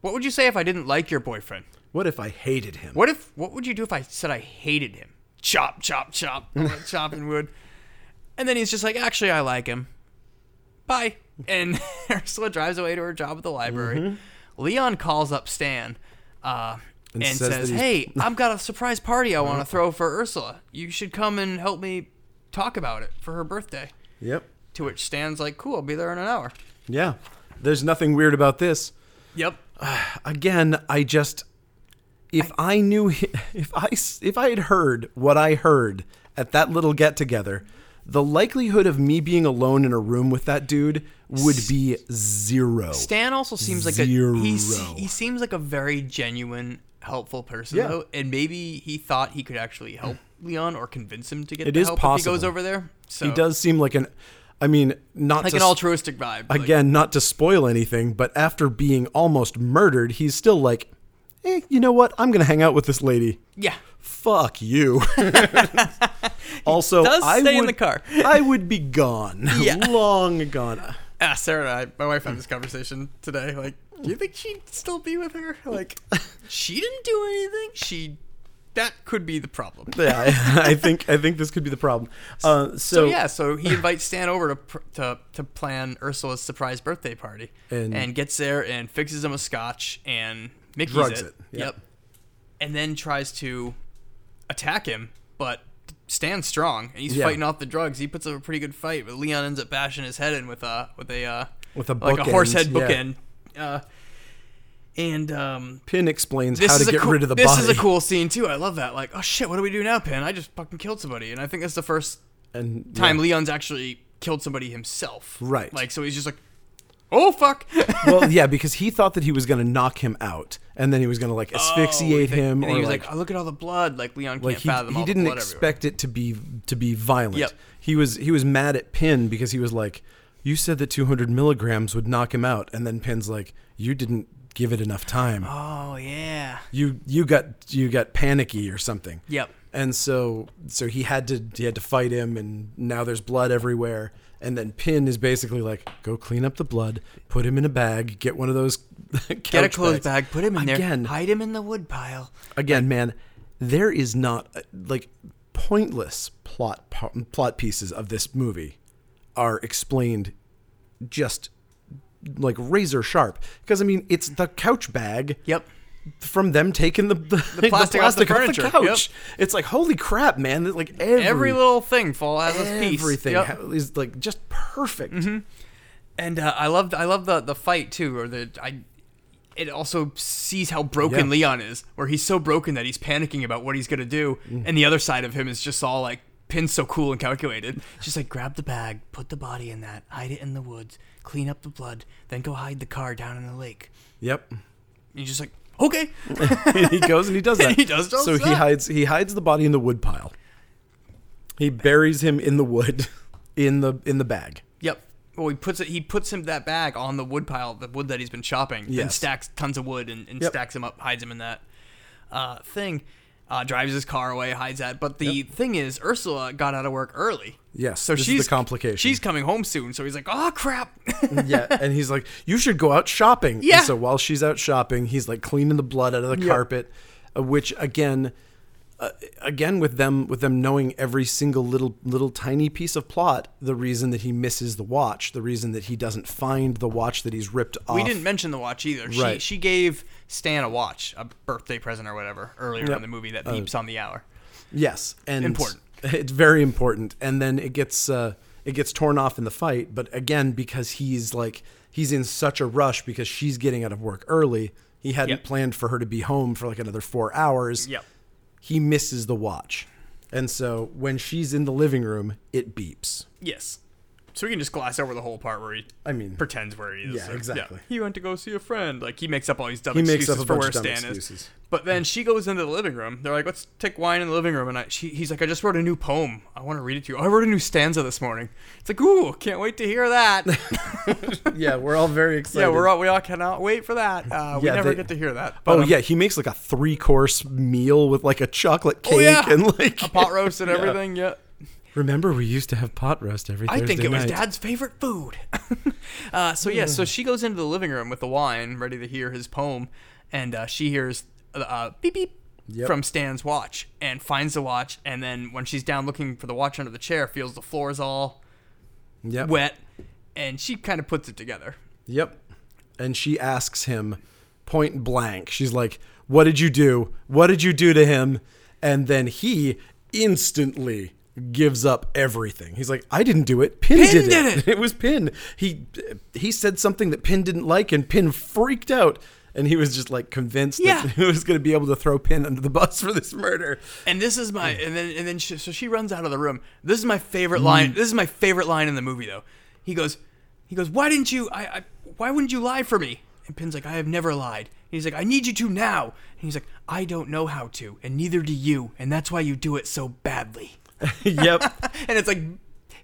B: what would you say if I didn't like your boyfriend?
A: What if I hated him?
B: What if? What would you do if I said I hated him? Chop, chop, chop, chopping wood." And then he's just like, "Actually, I like him. Bye." And Ursula drives away to her job at the library.
A: Mm-hmm.
B: Leon calls up Stan. Uh, and,
A: says that
B: says,
A: he's- Uh-huh.
B: "Hey, hey, I've got a surprise party I want to throw for Ursula. You should come and help me talk about it for her birthday.
A: Yep.
B: To which Stan's like, cool, I'll be there in an hour.
A: Yeah. There's nothing weird about this.
B: Yep.
A: again, I just if I, knew hi- if I s- if I had heard what I heard at that little get together, the likelihood of me being alone in a room with that dude would be zero.
B: Stan also seems like
A: Zero.
B: a he, se- he seems like a very genuine, helpful person
A: Yeah.
B: though, and maybe he thought he could actually help Leon or convince him to get
A: It
B: the
A: is
B: help if he goes
A: possible.
B: over there. So
A: He does seem like an I mean, not
B: like
A: to
B: an
A: s-
B: altruistic vibe. like-
A: again, not to spoil anything, but after being almost murdered, he's still like, "Eh, you know what? I'm going to hang out with this lady."
B: yeah.
A: Fuck you. also,
B: does
A: I
B: stay in
A: would,
B: the car.
A: I would be gone.
B: Yeah.
A: Long gone.
B: Ah, Sarah and I, my wife had this conversation today. Like, do you think she'd still be with her? Like, she didn't do anything. She, that could be the problem.
A: Yeah, I, I think I think this could be the problem. Uh, so,
B: So yeah, so he invites Stan over to pr- to to plan Ursula's surprise birthday party,
A: And-
B: and, gets there and fixes him a scotch and Mickey's
A: Drugs
B: it.
A: it, yeah.
B: Yep, and then tries to attack him, but Stan's strong and he's
A: Yeah.
B: fighting off the drugs. He puts up a pretty good fight, but Leon ends up bashing his head in with a with a uh,
A: With a
B: like
A: bookend,
B: a horse head
A: yeah.
B: bookend. Uh, and um,
A: Pin explains
B: this
A: how to
B: is a
A: get
B: cool,
A: rid of the
B: this
A: body.
B: is a cool scene too. I love that. Like, oh shit, what do we do now, Pin? I just fucking killed somebody, and I think that's the first
A: and yeah.
B: time Leon's actually killed somebody himself.
A: Right.
B: Like, so he's just like, oh, fuck.
A: well, yeah, because he thought that he was going to knock him out, and then he was going to like asphyxiate him,
B: Oh, and
A: or
B: he was
A: like,
B: like, oh, look at all the blood. Like, Leon can't
A: like he,
B: fathom
A: he
B: all
A: didn't
B: the blood everywhere.
A: expect it to be to be violent.
B: Yep.
A: He was he was mad at Pin because he was like, you said that 200 milligrams would knock him out, and then Pin's like, you didn't give it enough time.
B: Oh yeah.
A: You you got you got panicky or something.
B: Yep.
A: And so so he had to he had to fight him, and now there's blood everywhere. And then Pin is basically like, go clean up the blood, put him in a bag, get one of those
B: Get a clothes bag, put him in there,
A: Again.
B: hide him in the wood pile.
A: again, man, there is not uh, like pointless plot po- plot pieces of this movie are explained just like razor sharp because I mean it's the couch bag.
B: Yep.
A: From them taking the the, the
B: plastic off the
A: plastic
B: furniture, yep.
A: couch, it's like holy crap, man! that, Like every,
B: Every little thing fall has its piece.
A: everything
B: Yep. Mm-hmm.
A: ha- is like just perfect.
B: And uh, I loved I love the the fight too, or the I. It also sees how broken
A: Yeah.
B: Leon is, where he's so broken that he's panicking about what he's gonna do, and the other side of him is just all like pins so cool and calculated. She's like, grab the bag, put the body in that, hide it in the woods, clean up the blood, then go hide the car down in the lake.
A: Yep.
B: And you're just like, okay,
A: he goes and he does that.
B: He does just
A: so he
B: that.
A: hides he hides the body in the wood pile. He buries him in the wood in the in the bag.
B: yep. Well, he puts it. He puts him that bag on the wood pile, the wood that he's been chopping, and
A: Yes.
B: stacks tons of wood and, and
A: Yep.
B: stacks him up, hides him in that uh, thing. Uh, drives his car away, hides that. But the thing is, Ursula got out of work early.
A: Yes,
B: so
A: this is the
B: she's
A: complication.
B: She's coming home soon, so he's like, "Oh crap!"
A: yeah, and he's like, "You should go out shopping." And
B: Yeah.
A: so while she's out shopping, he's like cleaning the blood out of the
B: Yep.
A: carpet, uh, which again, uh, again with them with them knowing every single little little tiny piece of plot, the reason that he misses the watch, the reason that he doesn't find the watch that he's ripped off.
B: we didn't mention the watch either.
A: Right.
B: She she gave Stan a watch, a birthday present or whatever, earlier
A: Yep. Uh,
B: in the movie that beeps on the hour.
A: Yes, and
B: Important.
A: It's very important, and then it gets uh, it gets torn off in the fight. But again, because he's like he's in such a rush because she's getting out of work early, he hadn't
B: Yep.
A: planned for her to be home for like another four hours.
B: Yep.
A: he misses the watch, and so when she's in the living room, it beeps.
B: Yes. So we can just gloss over the whole part where he
A: I mean-
B: pretends where he is.
A: Yeah, exactly.
B: He went to go see a friend. Like he makes up all these dumb
A: He
B: excuses
A: makes up a
B: for
A: bunch
B: where
A: of dumb
B: Stan is.
A: excuses.
B: But then she goes into the living room. They're like, "Let's take wine in the living room." And I, she, he's like, "I just wrote a new poem. I want to read it to you. Oh, I wrote a new stanza this morning." It's like, "Ooh, can't wait to hear that."
A: yeah, we're all very excited.
B: yeah, we're all, we all cannot wait for that. Uh, we
A: Yeah,
B: never
A: they-
B: get to hear that. But,
A: Oh
B: um,
A: yeah, he makes like a three course meal with like a chocolate cake
B: Oh, yeah.
A: and like
B: a pot roast and everything. Yeah.
A: Remember, we used to have pot roast every.
B: I think
A: Thursday
B: it was
A: night.
B: Dad's favorite food. uh, so yeah, so she goes into the living room with the wine, ready to hear his poem, and uh, she hears uh, uh, beep beep
A: Yep.
B: from Stan's watch and finds the watch, and then when she's down looking for the watch under the chair, feels the floor is all
A: Yep.
B: wet, and she kind of puts it together.
A: Yep. And she asks him point blank. She's like, What did you do? What did you do to him? And then he instantly gives up everything. He's like, I didn't do it. Pin, did,
B: did
A: it.
B: it."
A: was Pin. He he said something that Pin didn't like and Pin freaked out. And he was just like convinced
B: Yeah.
A: that he was going to be able to throw Pin under the bus for this murder.
B: And this is my and then and then she, so she runs out of the room. This is my favorite line. This is my favorite line in the movie though. He goes, he goes, why didn't you? I, I why wouldn't you lie for me? And Pin's like, I have never lied. And he's like, I need you to now. And he's like, I don't know how to, and neither do you, and that's why you do it so badly.
A: yep.
B: And it's like,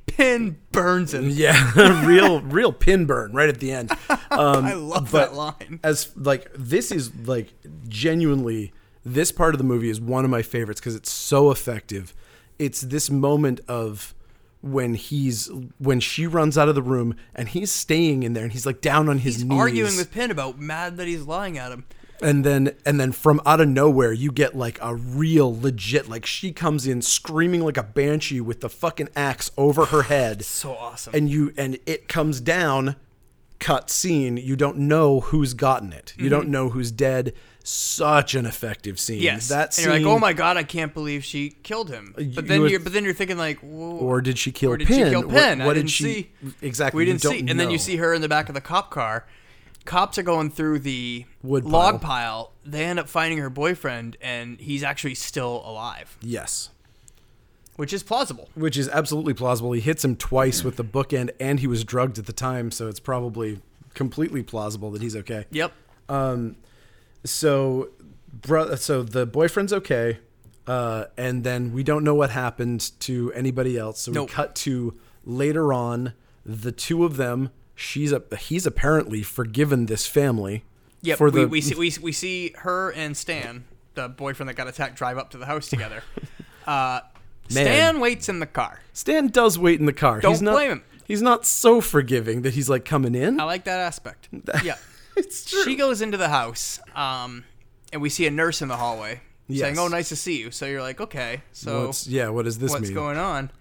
B: Pin burns him.
A: Yeah, real real pin burn right at the end. Um,
B: I love that line.
A: As like this is like genuinely this part of the movie is one of my favorites because it's so effective. It's this moment of when he's when she runs out of the room and he's staying in there and he's like down on his
B: He's
A: knees
B: arguing with Pin about mad that he's lying at him.
A: and then and then from out of nowhere you get like a real legit like she comes in screaming like a banshee with the fucking axe over her head
B: So awesome.
A: and you and it comes down cut scene you don't know who's gotten it you don't know who's dead such an effective scene
B: Mm-hmm. yes,
A: that
B: that's
A: scene Uh,
B: and you're like, oh my god, I can't believe she killed him. But then
A: you would-
B: you're, but then you're thinking like, Whoa,
A: or did she kill
B: Or did
A: Penn?
B: she kill Penn?
A: What,
B: I
A: what
B: didn't
A: did she
B: see.
A: exactly?
B: We
A: you
B: didn't
A: don't
B: see. And then
A: know.
B: you see her in the back of the cop car. Cops are going through the
A: Wood
B: log pile. They end up finding her boyfriend, and he's actually still alive,
A: yes,
B: which is plausible.
A: which is absolutely plausible. He hits him twice with the bookend, and he was drugged at the time, so it's probably completely plausible that he's okay.
B: Yep.
A: so bro- so the boyfriend's okay uh, and then we don't know what happened to anybody else so
B: Nope.
A: we cut to later on the two of them. She's a he's apparently forgiven this family.
B: Yep.
A: for
B: we,
A: the
B: we see we, we see her and Stan, the boyfriend that got attacked, drive up to the house together. Uh,
A: Man.
B: Stan waits in the car.
A: Stan does wait in the car.
B: Don't
A: he's not,
B: blame him.
A: He's not so forgiving that he's like coming in.
B: I like that aspect. yeah.
A: It's
B: She goes into the house, um, and we see a nurse in the hallway saying,
A: Yes.
B: "Oh, nice to see you." So you're like, "Okay, so
A: What's, yeah, what does this
B: what's
A: mean?
B: going on?"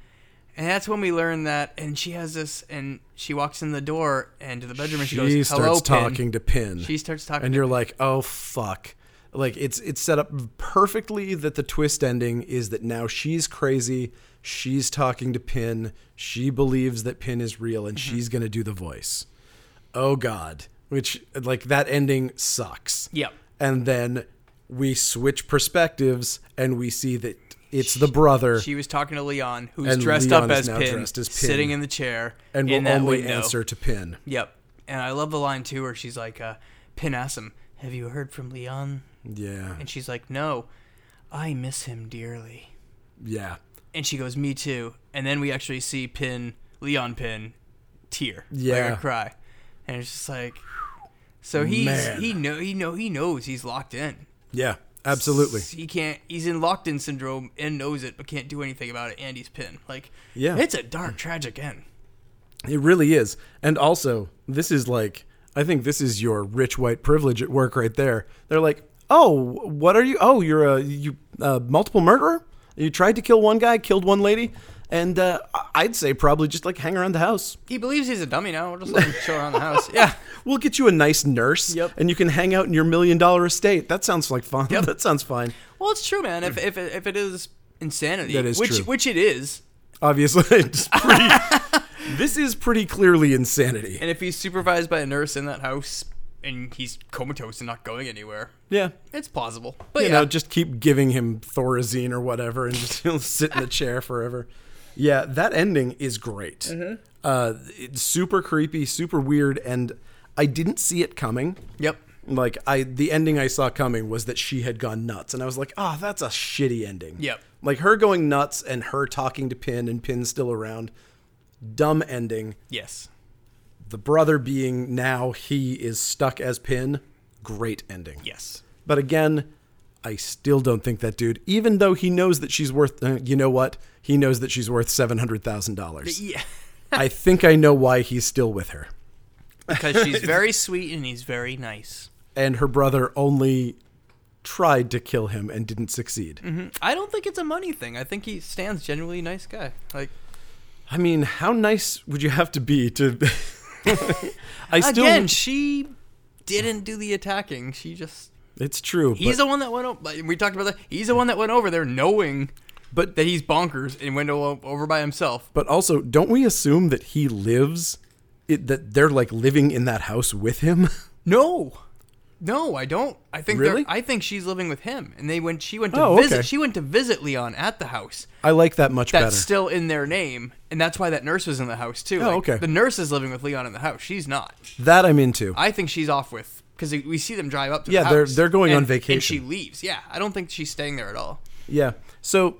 B: And that's when we learn that. And she has this, and she walks in the door and to the bedroom, and she,
A: she
B: goes,
A: starts
B: "Hello, Pin."
A: talking to Pin.
B: She starts talking,
A: and
B: to
A: you're like, oh fuck. Like it's it's set up perfectly that the twist ending is that now she's crazy, she's talking to Pin, she believes that Pin is real, and
B: Mm-hmm.
A: she's gonna do the voice. Oh god. Which like that ending sucks.
B: Yep.
A: And then we switch perspectives and we see that it's the brother.
B: She was talking to Leon, who's
A: And
B: dressed
A: Leon
B: up
A: is
B: as
A: now
B: Pin,
A: dressed as Pin.
B: sitting in the chair,
A: and
B: in
A: will
B: that
A: only
B: window.
A: answer to Pin.
B: Yep. And I love the line too, where she's like, uh, "Pin asks him, have you heard from Leon?"
A: Yeah.
B: And she's like, "No, I miss him dearly."
A: Yeah.
B: And she goes, "Me too." And then we actually see Pin, Leon Pin, tear,
A: Yeah.
B: like a cry, and it's just like, so he's
A: Man.
B: he know he know he knows he's locked in.
A: Yeah. Absolutely.
B: He can't. He's in locked in syndrome and knows it, but can't do anything about it. And he's Pin. Like,
A: Yeah.
B: it's a dark, tragic end.
A: It really is. And also, this is like, I think this is your rich white privilege at work right there. They're like, oh, what are you? Oh, you're a you uh, multiple murderer. You tried to kill one guy, killed one lady, and uh, I- I'd say probably just like hang around the house.
B: He believes he's a dummy now. We'll just let him chill around the house. Yeah.
A: We'll get you a nice nurse,
B: Yep.
A: and you can hang out in your million dollar estate. That sounds like fun. that sounds fine.
B: Well, it's true, man. If if if it is insanity,
A: That is
B: which
A: true.
B: which it is,
A: Obviously, it's pretty, this is pretty clearly insanity.
B: and if he's supervised by a nurse in that house and he's comatose and not going anywhere,
A: yeah.
B: it's plausible. But
A: you
B: yeah,
A: know, just keep giving him Thorazine or whatever, and just he'll sit in the chair forever. Yeah, that ending is great.
B: Mm-hmm.
A: Uh, it's super creepy, super weird, and I didn't see it coming.
B: yep.
A: Like I, the ending I saw coming was that she had gone nuts, and I was like, "Ah, that's a shitty ending."
B: Yep.
A: Like her going nuts and her talking to Pin and Pin still around. Dumb ending.
B: Yes.
A: The brother being now he is stuck as Pin. Great ending.
B: Yes.
A: But again, I still don't think that dude, even though he knows that she's worth, uh, you know what? He knows that she's worth $700,000.
B: Yeah.
A: I think I know why he's still with her.
B: Because she's very sweet and he's very nice.
A: And her brother only tried to kill him and didn't succeed.
B: I don't think it's a money thing. I think he stands genuinely nice guy. Like
A: I mean, how nice would you have to be to. I still.
B: again, she didn't do the attacking. She just
A: it's true.
B: he's
A: But,
B: the one that went over. We talked about that. He's the one that went over there knowing
A: but,
B: that he's bonkers and went o- over by himself.
A: but also, don't we assume that he lives, it, that they're like living in that house with him?
B: No, no, I don't. I think they're-
A: Really?
B: I think she's living with him, and they went. She went to
A: Oh,
B: visit.
A: okay.
B: She went to visit Leon at the house.
A: I like that much
B: That's
A: better.
B: still in their name, and that's why that nurse was in the house too.
A: Oh, okay.
B: The nurse is living with Leon in the house. She's not.
A: that I'm into.
B: I think she's off with because we see them drive up to.
A: Yeah,
B: the
A: they're-
B: house,
A: they're going on
B: and-
A: vacation.
B: And she leaves. Yeah, I don't think she's staying there at all.
A: Yeah. So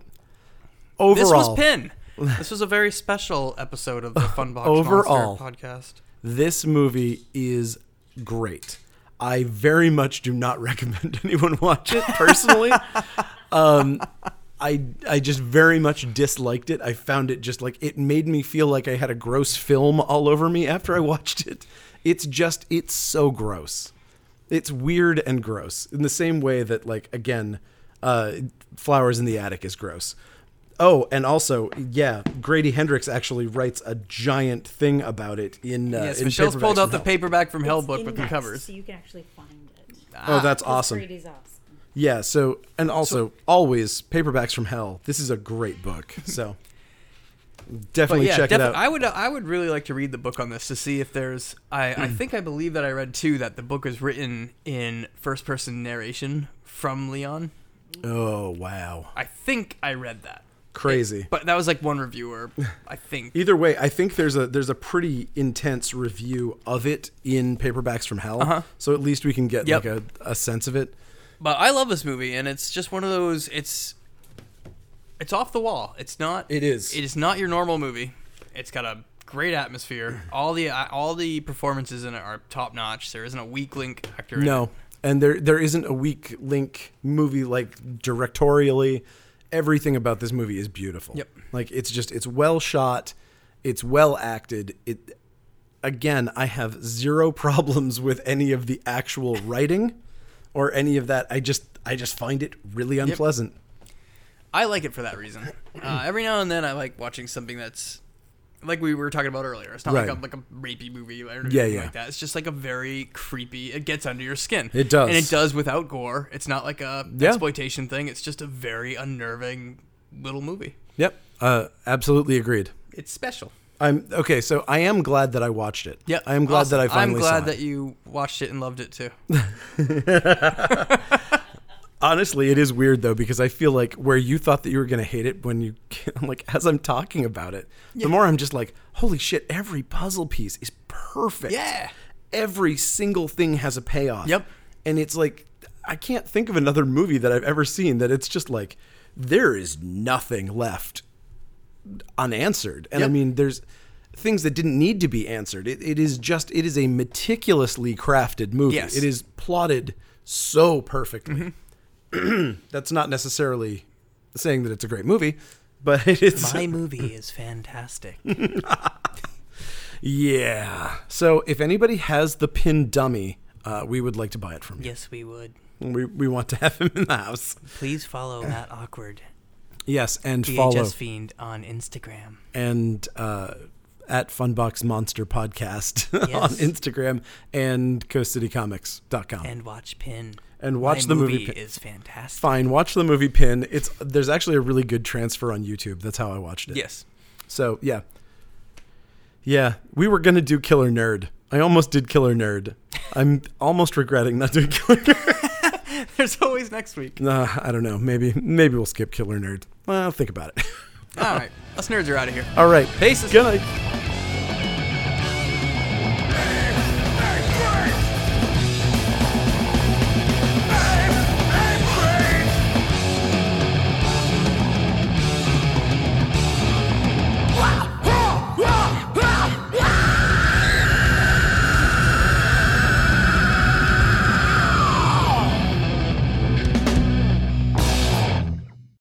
A: overall,
B: This was Pin. This was a very special episode of the Funbox Monster
A: Overall.
B: podcast.
A: this movie is great. I very much do not recommend anyone watch it personally. um, I I just very much disliked it. I found it just like it made me feel like I had a gross film all over me after I watched it. It's just it's so gross. It's weird and gross in the same way that like again, uh, flowers in the attic is gross. Oh, and also, yeah, Grady Hendrix actually writes a giant thing about it in uh,
B: yes,
A: in
B: Michelle's
A: Paperbacks
B: pulled out
A: from
B: the
A: Hell.
B: paperback from Hell
D: It's
B: book with the
D: indexed,
B: covers.
D: So you can actually find it.
A: Oh, that's
D: It's
A: awesome.
D: Brady's awesome.
A: Yeah. So, and also, always paperbacks from hell. This is a great book. So, definitely check
B: defi-
A: it out.
B: I would uh, I would really like to read the book on this to see if there's I, I
A: Hmm.
B: think I believe that I read too that the book was written in first person narration from Leon.
A: oh wow,
B: I think I read that.
A: crazy.
B: But that was like one reviewer, I think.
A: Either way, I think there's a there's a pretty intense review of it in paperbacks from hell. So at least we can get
B: Uh-huh. Yep.
A: like a, a sense of it.
B: But I love this movie and it's just one of those it's it's off the wall. It's not
A: It is.
B: It is not your normal movie. It's got a great atmosphere. All the uh, all the performances in it are top notch. There isn't a weak link actor. in
A: No, and there there isn't a weak link movie like directorially. Everything about this movie is beautiful.
B: Yep.
A: Like it's just it's well shot, it's well acted. It again, I have zero problems with any of the actual writing or any of that. I just I just find it really unpleasant.
B: I like it for that reason. Uh, every now and then, I like watching something that's like we were talking about earlier. It's not like a
A: Right.
B: like a rapey movie or anything
A: Yeah, yeah.
B: like that. It's just like a very creepy. It gets under your skin.
A: It does.
B: and it does without gore. It's not like a
A: Yeah.
B: exploitation thing. It's just a very unnerving little movie.
A: Yep. Uh absolutely agreed.
B: It's special.
A: I'm okay, so I am glad that I watched it.
B: Yeah,
A: I am glad that I
B: awesome.
A: finally
B: I'm glad
A: saw it.
B: that you watched it and loved it too.
A: Honestly, it is weird though because I feel like where you thought that you were gonna hate it when you I'm like as I'm talking about it, the more I'm just like, holy shit, every puzzle piece is perfect.
B: Yeah.
A: every single thing has a payoff.
B: Yep.
A: and it's like I can't think of another movie that I've ever seen that it's just like there is nothing left unanswered. And I
B: Yep.
A: mean, there's things that didn't need to be answered. It, it is just, it is a meticulously crafted movie.
B: Yes. Mm-hmm.
A: It is plotted so perfectly. That's not necessarily saying that it's a great movie, but it's.
B: movie is fantastic.
A: yeah. So if anybody has the pin dummy, uh, we would like to buy it from you.
B: yes, we would.
A: We, we want to have him in the house.
B: Please follow that awkward
A: Yes, and follow.
B: fiend on Instagram.
A: and uh, at Funbox Monster Podcast on
B: Yes.
A: Instagram and coastcitycomics.com. And,
B: watch Pin.
A: and watch the movie. Pin.
B: is fantastic.
A: Fine, watch the movie Pin. It's there's actually a really good transfer on YouTube. That's how I watched it.
B: Yes.
A: So yeah, yeah, we were gonna do Killer Nerd. I almost did Killer Nerd. I'm almost regretting not doing Killer Nerd.
B: There's always next week.
A: Nah, I don't know. Maybe maybe we'll skip Killer Nerd. Well, think about it.
B: All right. Us nerds are out of here.
A: All right.
B: Paces.
A: Good night.